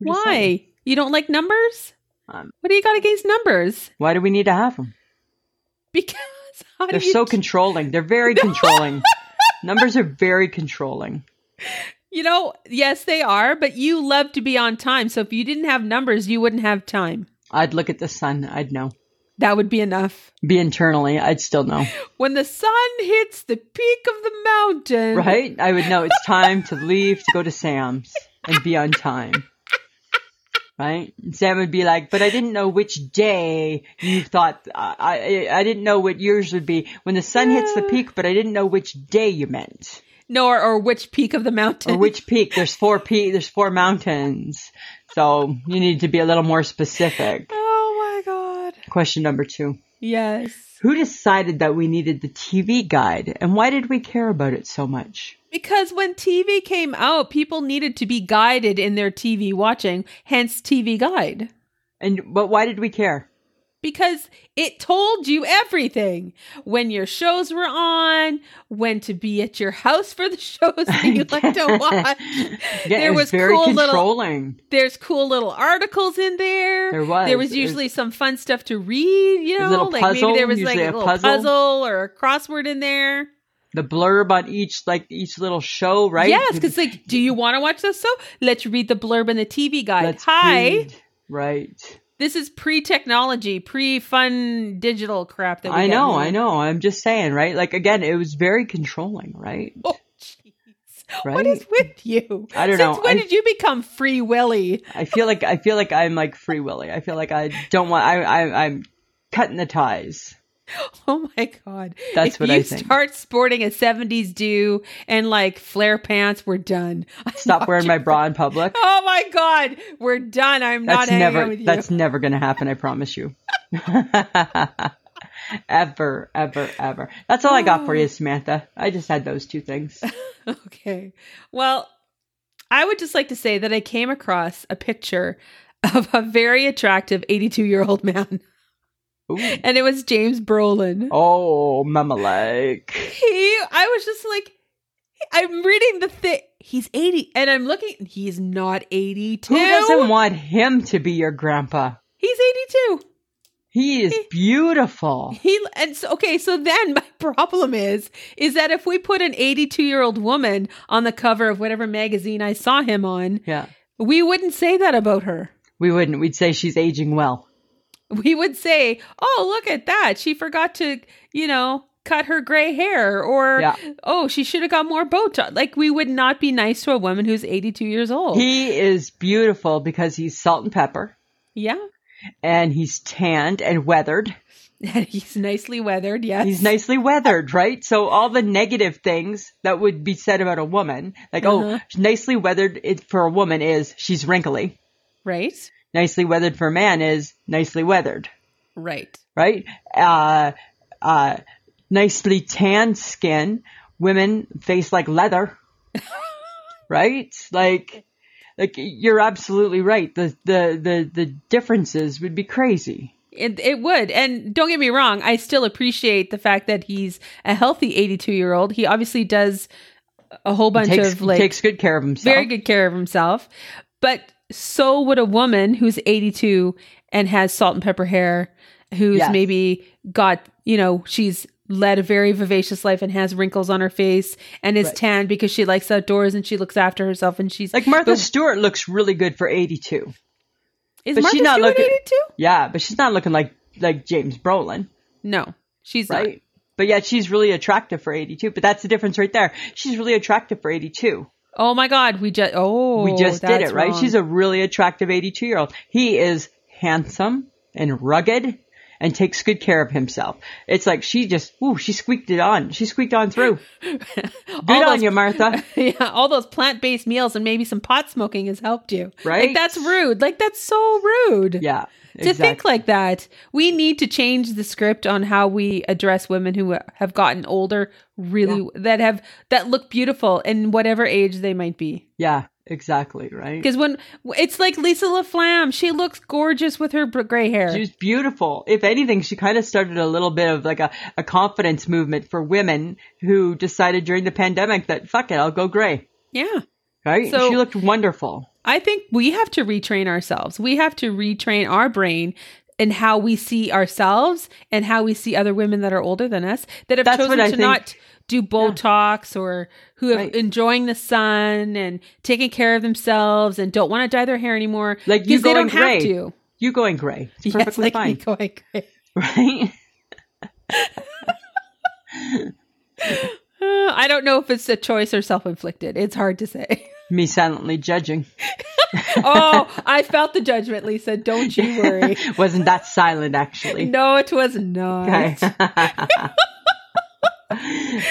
S2: Who decided?
S1: Why? You don't like numbers?
S2: Um,
S1: What do you got against numbers? [LAUGHS]
S2: Why do we need to have them?
S1: Because how do
S2: They're
S1: you
S2: so controlling. They're very controlling. Numbers are very controlling.
S1: You know, yes, they are, but you love to be on time. So if you didn't have numbers, you wouldn't have time.
S2: I'd look at the sun. I'd know.
S1: That would be enough.
S2: Be internally. I'd still know.
S1: When the sun hits the peak of the mountain,
S2: Right? I would know it's time to leave to go to Sam's and be on time. Right? And Sam would be like, but I didn't know which day you thought, I, I, I didn't know what yours would be when the sun hits the peak, but I didn't know which day you meant
S1: No, or, or which peak of the mountain? [LAUGHS]
S2: or which peak. There's four peak, there's four mountains. So you need to be a little more specific.
S1: oh my god!
S2: Question number two.
S1: Yes,
S2: Who decided that we needed the TV guide and why did we care about it so much?
S1: because when TV came out, people needed to be guided in their TV watching, hence TV guide.
S2: And but why did we care?
S1: because it told you everything when your shows were on, when to be at your house for the [LAUGHS] shows that you like
S2: [LAUGHS]
S1: to watch.
S2: Yeah,
S1: there
S2: it
S1: was
S2: very
S1: cool little
S2: controlling.
S1: there's cool little articles in there.
S2: There was.
S1: There was
S2: There's-
S1: usually some fun stuff to read, you
S2: There's a
S1: know,
S2: little
S1: like
S2: puzzle,
S1: maybe there was like a
S2: usually a
S1: little
S2: puzzle.
S1: or a crossword in there.
S2: the blurb on each like each little show, right?
S1: Yes, because like, do you want to watch this? So let's read the blurb in the TV guide.
S2: Let's
S1: Hi,
S2: read. Right.
S1: this is pre-technology, pre-fun digital crap that we
S2: I
S1: got
S2: know,
S1: now.
S2: I know. I'm just saying, right? Like again, it was very controlling, right?
S1: Oh, jeez. [GASPS] What
S2: Right?
S1: is with you?
S2: I don't
S1: Since
S2: know.
S1: when
S2: I-
S1: did you become Free Willy? [LAUGHS]
S2: I feel like I feel like I'm like free willy. I feel like I don't want I, I I'm cutting the ties.
S1: Oh my god!
S2: That's
S1: if
S2: what
S1: you
S2: I think.
S1: Start sporting a '70s do and like flare pants. We're done. [LAUGHS] I'm
S2: Stop
S1: not
S2: wearing
S1: your
S2: my bra in public.
S1: Oh my god, we're done. I'm not
S2: That's
S1: hanging out
S2: never
S1: with you.
S2: that's never gonna happen, I promise you. [LAUGHS] ever, ever, ever. That's all I
S1: [SIGHS]
S2: got for you, Samantha. I just had those two things.
S1: [LAUGHS] okay. Well, I would just like to say that I came across a picture [LAUGHS] of a very attractive 82 year old man, [LAUGHS]
S2: Ooh.
S1: and it was James Brolin.
S2: Oh, mama like.
S1: He, I was just like, I'm reading the thing. He's 80, and I'm looking. He's not 82.
S2: Who doesn't want him to be your grandpa?
S1: He's 82.
S2: He
S1: [LAUGHS]
S2: is beautiful.
S1: He and so, okay, so then my [LAUGHS] problem is is that if we put an 82-year-old woman on the cover of whatever magazine I saw him on,
S2: Yeah.
S1: we wouldn't say that about her.
S2: We wouldn't. We'd say she's aging well.
S1: [LAUGHS] We would say, "Oh, look at that. She forgot to, you know, cut her gray hair or
S2: Yeah.
S1: oh, she should have got more botox." Like we would not be nice to a woman who's 82 years old.
S2: He is beautiful because he's salt and pepper
S1: yeah. [LAUGHS]
S2: and he's tanned and weathered.
S1: He's nicely weathered. Yes.
S2: He's nicely weathered, right? So all the negative things that would be said about a woman, like,
S1: Uh-huh.
S2: oh, nicely weathered is- for a woman is she's wrinkly.
S1: Right?
S2: Nicely weathered for a man is nicely weathered,
S1: Right.
S2: right? Uh, uh, nicely tanned skin, women face like
S1: [LAUGHS]
S2: leather, right? Like, like you're absolutely right. The, the, the, the differences would be crazy.
S1: It, it would. And don't get me wrong, I still appreciate the fact that he's a healthy 82 year old. He obviously does a whole bunch
S2: Takes,
S1: of like
S2: takes good care of himself.
S1: very good care of himself. But so would a woman who's 82 and has salt and pepper hair, who's
S2: Yes.
S1: maybe got, you know, she's led a very vivacious life and has wrinkles on her face and is
S2: Right.
S1: tanned because she likes outdoors and she looks after herself and she's
S2: Like Martha Stewart looks really good for 82.
S1: is
S2: but
S1: Martha
S2: she not
S1: Stewart
S2: looking-
S1: 82?
S2: Yeah, but she's not looking like like James Brolin,
S1: No, she's uh,
S2: right?
S1: not.
S2: But yet she's really attractive for 82. But that's the difference right there. She's really attractive for 82.
S1: Oh my God, we just oh
S2: We just did
S1: that's
S2: it, right?
S1: wrong. [LAUGHS]
S2: She's a really attractive 82 year old. He is handsome and rugged and takes good care of himself. It's like she just, ooh, she squeaked it on. She squeaked
S1: [LAUGHS]
S2: on through. Good
S1: All
S2: on
S1: those- [LAUGHS]
S2: you, Martha.
S1: yeah, all those plant based meals and maybe some pot smoking has helped you. Like
S2: Right?
S1: that's rude. Like that's so rude.
S2: Yeah.
S1: To think like that, we need to change the script on how we address women who have gotten older, really that have that look beautiful in whatever age they might be.
S2: yeah, exactly, right?
S1: Because when it's like Lisa LaFlamme, she looks gorgeous with her br- gray hair.
S2: She was beautiful. If anything, she kind of started a little bit of like a, a confidence movement for women who decided during the pandemic that fuck it, I'll go gray.
S1: yeah.
S2: Right?
S1: So-
S2: she looked wonderful.
S1: I think we have to retrain ourselves. We have to retrain our brain and how we see ourselves and how we see other women that are older than us that have
S2: That's
S1: chosen
S2: what I
S1: to
S2: think.
S1: not do Botox or who are
S2: Right.
S1: enjoying the sun and taking care of themselves and don't want to dye their hair anymore.
S2: Like you
S1: 'cause they
S2: going
S1: don't have
S2: gray.
S1: to.
S2: You going gray. It's
S1: Yes,
S2: perfectly
S1: like me
S2: fine.
S1: going gray.
S2: [LAUGHS] Right?
S1: Uh, I don't know if it's a choice or self inflicted. It's hard to
S2: [LAUGHS]
S1: say.
S2: me silently judging.
S1: oh, I felt the judgment, Lisa. Don't you
S2: [LAUGHS]
S1: worry.
S2: Wasn't that silent actually?
S1: No, it was not.
S2: Okay. [LAUGHS]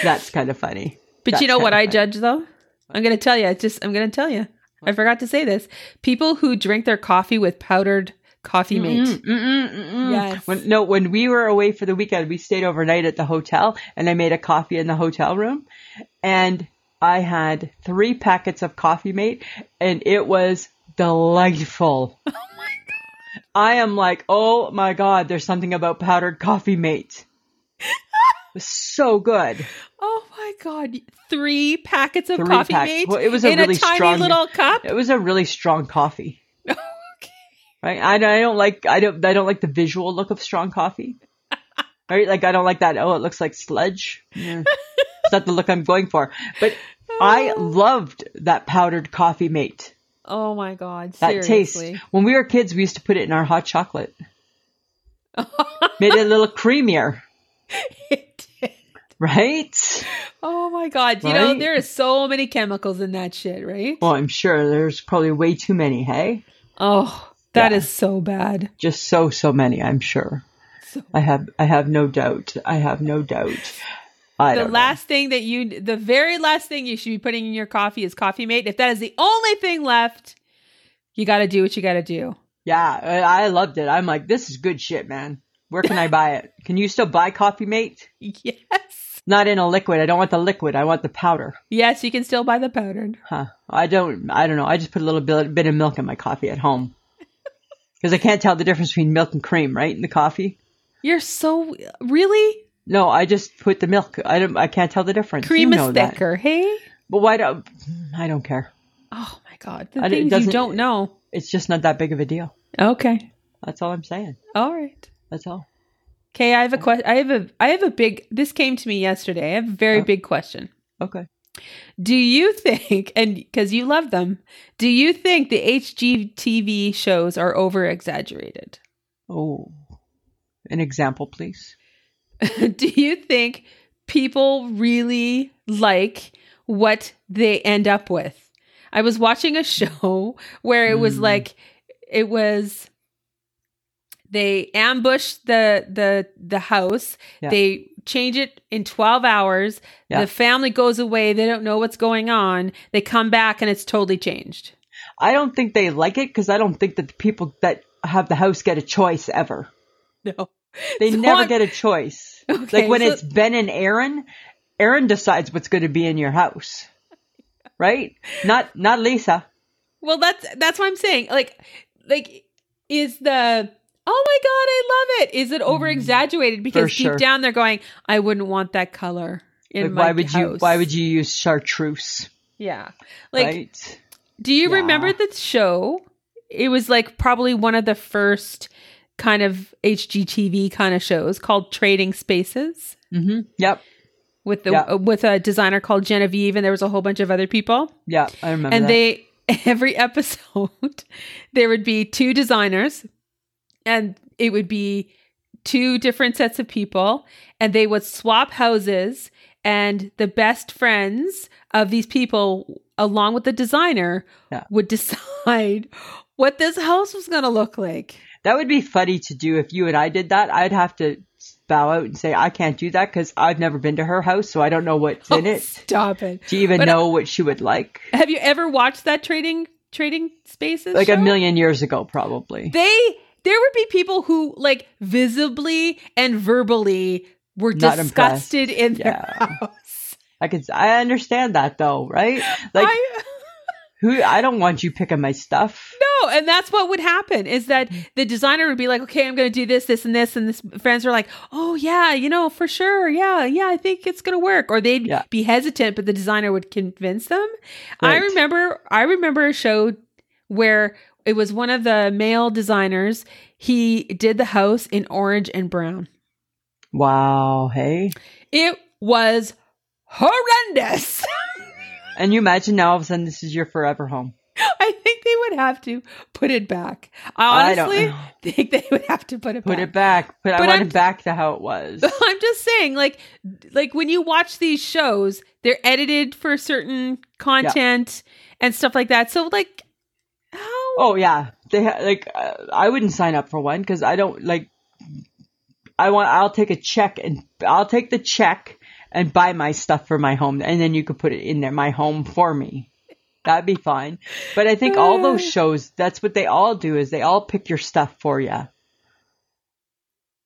S2: That's kind of funny.
S1: But you
S2: That's
S1: know what
S2: kinda
S1: I
S2: funny.
S1: judge [LAUGHS] though? I'm going to tell you. It's just I'm going to tell you. I forgot to say this. People who drink their coffee with powdered coffee mate.
S2: Mm, mm, mm, mm.
S1: Yes.
S2: When, no, when we were away for the weekend, we stayed overnight at the hotel and I made a coffee in the hotel room and I had three packets of coffee mate and it was delightful. I am like, oh my God, there's something about powdered coffee mate. It was so good.
S1: Oh my god! Three packets of
S2: Three
S1: coffee
S2: packs.
S1: mate
S2: Well, it was a
S1: in
S2: really
S1: a tiny [LAUGHS]
S2: strong-
S1: little cup.
S2: It was a really strong coffee.
S1: [LAUGHS] Okay.
S2: Right? I, I don't like I don't I don't like the visual look of strong
S1: [LAUGHS]
S2: coffee. Right? Like I don't like that. Oh, it looks like sludge. Yeah. [LAUGHS] it's not the look I'm going for.
S1: [LAUGHS]
S2: But I loved that powdered coffee mate.
S1: Oh my god!
S2: That
S1: Seriously. [LAUGHS]
S2: taste. When we were kids, we used to put it in our hot chocolate. Made it a little creamier,
S1: It did. [LAUGHS]
S2: right?
S1: oh my god! You know
S2: Right?
S1: there is so many chemicals in that shit, right?
S2: Well, I'm sure there's probably way too many, hey?
S1: Oh, that
S2: Yeah.
S1: is so bad.
S2: Just so so many, I'm sure.
S1: So
S2: I have I have no doubt. I have no doubt. I
S1: the
S2: don't know.
S1: last thing that you, the very last thing you should be putting in your coffee is coffee mate. If that is the only thing left, you got to do what you got to do.
S2: Yeah, I I loved it. I'm like, this is good shit, man. Where can I buy it? Can you still buy Coffee Mate?
S1: [LAUGHS] Yes,
S2: Not in a liquid. I don't want the liquid. I want the powder.
S1: yes, you can still buy the powdered.
S2: Huh. I don't. I don't know. I just put a little bit, bit of milk in my coffee
S1: [LAUGHS]
S2: at home because I can't tell the difference between milk and cream, right? In the coffee.
S1: You're so really
S2: No, I just put the milk. I don't. I can't tell the difference.
S1: cream
S2: you know
S1: is
S2: that.
S1: thicker. Hey,
S2: But why don't? I don't care.
S1: oh my god, the
S2: I d- it
S1: things you
S2: doesn't-
S1: don't know.
S2: It's just not that big of a deal.
S1: Okay,
S2: That's all I'm saying.
S1: all right.
S2: That's all.
S1: Okay, I have a question. I have a I have a big. This came to me yesterday. I have a very
S2: Oh.
S1: big question.
S2: Okay.
S1: Do you [LAUGHS] think, and because you love them, do you think the HGTV shows are over exaggerated?
S2: Oh, an example, please.
S1: [LAUGHS] do you think people really like what they end up with? I was watching a [LAUGHS] show where it was
S2: Mm.
S1: like it was they ambush the the the house.
S2: Yeah.
S1: They change it in 12 hours.
S2: Yeah.
S1: The family goes away. They don't know what's going on. They come back and it's totally changed.
S2: I don't think they like it because I don't think that the people that have the house get a choice ever.
S1: No.
S2: [LAUGHS] They
S1: So
S2: never
S1: I'm-
S2: get a choice.
S1: Okay,
S2: like when
S1: so-
S2: it's Ben and Aaron, Aaron decides what's going to be in
S1: [LAUGHS]
S2: your house, right? Not not Lisa.
S1: Well, that's that's what I'm saying. Like, like is the oh my god, I love it. Is it over exaggerated because deep
S2: Mm-hmm. sure.
S1: down they're going, I wouldn't want that color in
S2: Like
S1: my
S2: why would you
S1: house.
S2: why would you use chartreuse?
S1: Yeah, like
S2: right?
S1: do you
S2: Yeah.
S1: remember the show? It was like probably one of the first kind of HGTV kind of shows called Trading Spaces
S2: Mm-hmm. Yep.
S1: with the
S2: Yeah.
S1: uh, with a designer called Genevieve, and there was a whole bunch of other people.
S2: Yeah, I remember.
S1: and
S2: that.
S1: they [LAUGHS] every episode [LAUGHS] there would be two designers and it would be two different sets of people and they would swap houses and the best friends of these people along with the designer
S2: Yeah.
S1: would [LAUGHS] decide what this house was going to look like
S2: that would be funny to do if you and I did that. I'd have to bow out and say I can't do that because I've never been to her house, so I don't know what's in
S1: Oh, [LAUGHS]
S2: it
S1: stop it
S2: to even
S1: But- uh,
S2: know what she would like.
S1: have you ever watched that trading trading spaces
S2: like a
S1: show?
S2: million years ago, probably.
S1: they there would be people who like visibly and verbally were
S2: Not
S1: disgusted in their
S2: Yeah.
S1: house.
S2: I could, I understand that though, right? Like
S1: I
S2: who? I don't want you picking my stuff.
S1: know, and that's what would happen is that the designer would be like, "Okay, I'm going to do this, this, and this," and this friends are like, "Oh yeah, you know for sure, yeah, yeah, I think it's going to work," or they'd
S2: Yeah.
S1: be hesitant, but the designer would convince them. I
S2: Right.
S1: remember, I remember a show where it was one of the male designers. He did the house in orange and brown.
S2: Wow. Hey,
S1: It was horrendous. [LAUGHS]
S2: and you imagine now all of a sudden this is your forever home.
S1: I think they would have to put it back. I
S2: I don't
S1: honestly
S2: know.
S1: think [LAUGHS] they would have to put it
S2: Put
S1: back.
S2: it back. Put, I
S1: But
S2: want
S1: I'm-
S2: it back to how it
S1: [LAUGHS]
S2: was.
S1: I'm just saying, like, like when you watch these shows, they're edited for certain content and stuff like that. So, like, how?
S2: oh yeah, they ha- like. Uh, I wouldn't sign up for one because I don't like. I want. I'll take a check and I'll take the check and buy my stuff for my home, and then you could put it in there, my home for me. That'd be fine. But I think all
S1: Uh.
S2: those shows, that's what they all do is they all pick your stuff for you.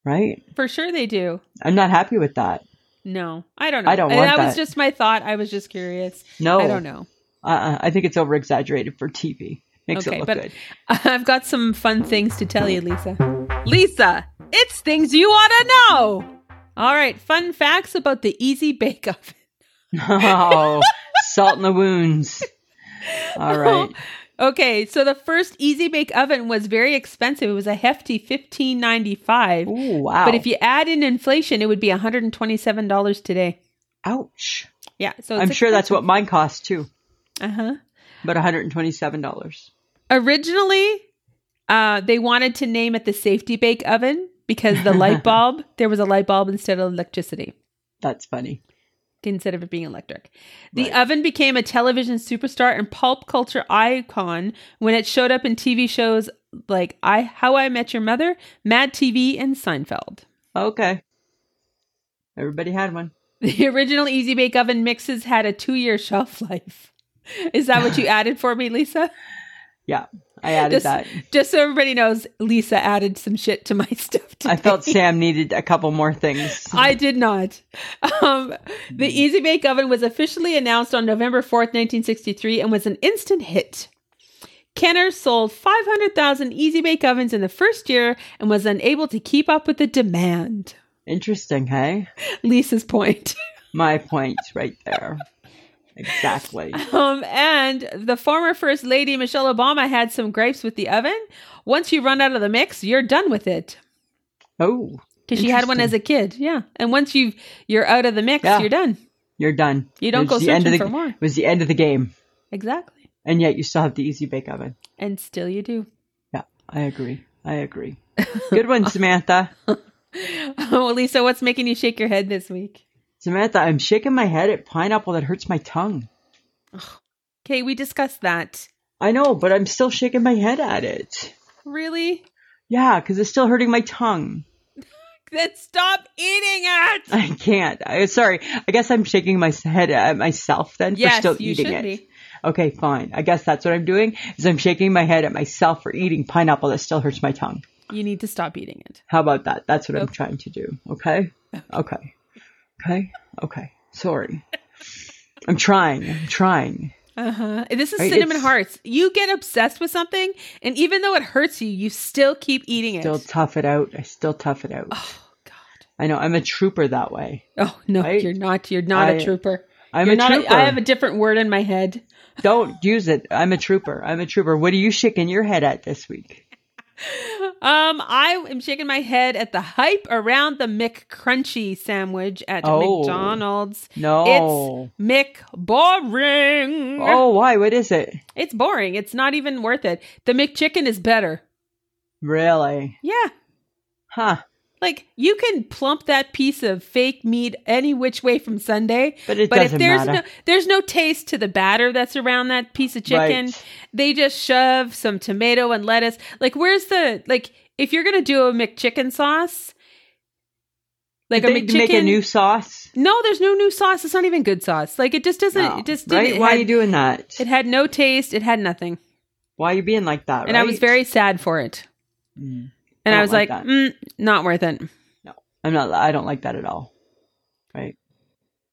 S2: Right?
S1: for sure they do.
S2: I'm not happy with that.
S1: No, I don't know.
S2: I don't
S1: And
S2: want
S1: that was
S2: that. Oh.
S1: just my thought. I was just curious.
S2: No.
S1: I don't know.
S2: Uh-uh. I think it's over exaggerated for TV. Makes it look
S1: but
S2: good. [LAUGHS]
S1: [LAUGHS] I've got some fun things to tell you, Lisa. Lisa, it's things you want to know. All right, fun facts about the Easy Bake [LAUGHS] Oven.
S2: Oh, salt in
S1: [LAUGHS]
S2: the wounds. All right.
S1: Okay, so the first Easy Bake Oven was very expensive. It was a hefty fifteen ninety five.
S2: Ooh, wow.
S1: But if you add in inflation, it would be one hundred and twenty seven dollars today.
S2: Ouch.
S1: Yeah, so it's
S2: I'm sure that's what mine cost too,
S1: Uh huh.
S2: but $127.
S1: Originally, uh, they wanted to name it the Safety Bake Oven because the
S2: [LAUGHS]
S1: light bulb there was a light bulb instead of electricity.
S2: That's funny.
S1: instead of it being electric. The
S2: Right.
S1: oven became a television superstar and pulp culture icon when it showed up in TV shows like I How I Met Your Mother, Mad TV, and Seinfeld. [LAUGHS]
S2: Okay. Everybody had one.
S1: The original Easy Bake Oven mixes had a two-year shelf [LAUGHS] life. Is that
S2: [LAUGHS]
S1: what you added for me, Lisa?
S2: Yeah, I added
S1: Just- [LAUGHS]
S2: that.
S1: Just so everybody knows, Lisa added some shit to my [LAUGHS] stuff today.
S2: I felt Sam needed a couple more things.
S1: I did not. Um,
S2: Hmm.
S1: the Easy Bake Oven was officially announced on November 4th, 1963, and was an instant hit. Kenner sold 500,000 Easy Bake Ovens in the first year and was unable to keep up with the demand.
S2: Interesting, hey?
S1: Lisa's point. [LAUGHS]
S2: My point's right there. Exactly.
S1: Um, and the former First Lady Michelle Obama had some gripes with the oven. Once you run out of the mix, you're done with it.
S2: Oh,
S1: Because she had one as a kid, yeah. And once you you're out of the mix,
S2: Yeah.
S1: you're done.
S2: you're done.
S1: You don't
S2: It was
S1: go
S2: the end of
S1: searching
S2: the-
S1: for more.
S2: It was the end of the game,
S1: Exactly.
S2: and yet you still have the easy bake oven.
S1: And still you do.
S2: Yeah, I agree.
S1: [LAUGHS]
S2: I agree. Good one, Samantha.
S1: Oh, Lisa, what's making you shake your head this week?
S2: Samantha, I'm shaking my head at pineapple that hurts my tongue.
S1: Okay, we discussed that.
S2: I know, but I'm still shaking my head at it.
S1: Really?
S2: Yeah, because it's still hurting my tongue. [LAUGHS]
S1: Then stop eating it.
S2: I can't. I, sorry. I guess I'm shaking my head at myself then for
S1: Yes,
S2: still
S1: you
S2: eating
S1: should
S2: it.
S1: be.
S2: Okay, fine. I guess that's what I'm doing is I'm shaking my head at myself for eating pineapple that still hurts my tongue.
S1: You need to stop eating it.
S2: How about that? That's what I'm
S1: Okay.
S2: trying to do. Okay? Okay. Okay. Okay. Sorry. I'm trying. I'm trying.
S1: Uh-huh. This is
S2: Right,
S1: cinnamon
S2: it's-
S1: hearts. You get obsessed with something, and even though it hurts you, you still keep eating it.
S2: Still tough it out. I still tough it out.
S1: oh God.
S2: I know. I'm a trooper that way.
S1: [SIGHS] Oh no,
S2: Right?
S1: you're not. You're not a
S2: I-
S1: trooper.
S2: I'm
S1: You're
S2: a
S1: not.
S2: trooper.
S1: I have a different word in my head.
S2: Don't use it. I'm a trooper. I'm a trooper. What are you shaking your head at this week?
S1: Um, I am shaking my head at the hype around the McCrunchy sandwich at
S2: Oh.
S1: McDonald's.
S2: No.
S1: It's Mick boring.
S2: Oh, why? What is it?
S1: It's boring. It's not even worth it. The McChicken is better.
S2: Really?
S1: Yeah.
S2: Huh.
S1: Like you can plump that piece of fake meat any which way from Sunday.
S2: But it
S1: But if
S2: doesn't
S1: there's
S2: matter.
S1: no there's no taste to the batter that's around that piece of chicken,
S2: Right.
S1: they just shove some tomato and lettuce. Like where's the like if you're gonna do a McChicken sauce, like
S2: Did
S1: a
S2: they
S1: McChicken
S2: make a new sauce.
S1: No, there's no new sauce. It's not even good sauce. Like it just doesn't.
S2: No,
S1: It just didn't.
S2: right?
S1: It
S2: Why
S1: had,
S2: are you doing that?
S1: It had no taste. It had nothing,
S2: Why are you being like that?
S1: and I was
S2: right?
S1: very sad for it.
S2: Mm.
S1: And
S2: I
S1: I
S2: don't
S1: was
S2: like
S1: like,
S2: that.
S1: mm, not worth it.
S2: I'm not. I don't like that at all. Right.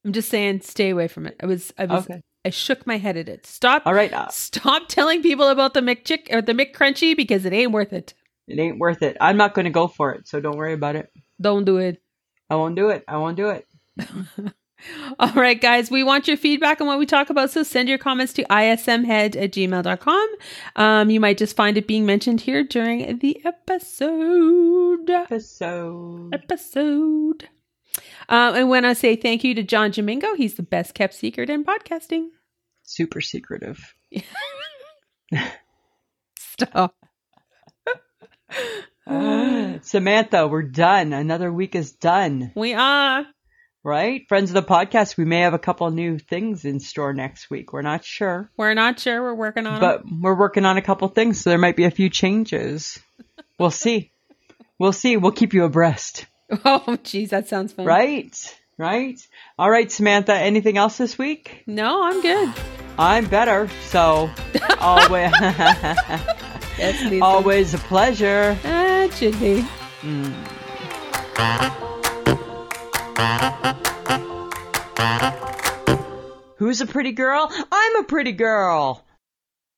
S1: I'm just saying, stay away from it. I was, I was,
S2: Okay.
S1: I shook my head at it. Stop,
S2: All right. uh,
S1: stop telling people about the McChick or the McCrunchy because it ain't worth it.
S2: It ain't worth it. I'm not going to go for it. So don't worry about it.
S1: Don't do it.
S2: I won't do it. I won't do it.
S1: All right, guys, we want your feedback on what we talk about. So send your comments to ismhead at gmail.com. Um, you might just find it being mentioned here during the episode.
S2: Episode.
S1: Episode. Um, and when I say thank you to John Domingo, he's the best kept secret in podcasting.
S2: Super secretive.
S1: Stop.
S2: [GASPS] Samantha, we're done. Another week is done.
S1: We are.
S2: Right, friends of the podcast. We may have a couple new things in store next week. We're not sure,
S1: We're not sure. We're working on it.
S2: but we're working on a couple things, so there might be a few changes. We'll see. We'll see. We'll keep you abreast.
S1: [LAUGHS] Oh, geez, that sounds fun.
S2: Right, right. All right, Samantha, anything else this week?
S1: No, I'm good.
S2: I'm better, so always,
S1: Yes, Lisa.
S2: [LAUGHS] always a pleasure.
S1: That should be.
S2: Who's a pretty girl? I'm a pretty girl.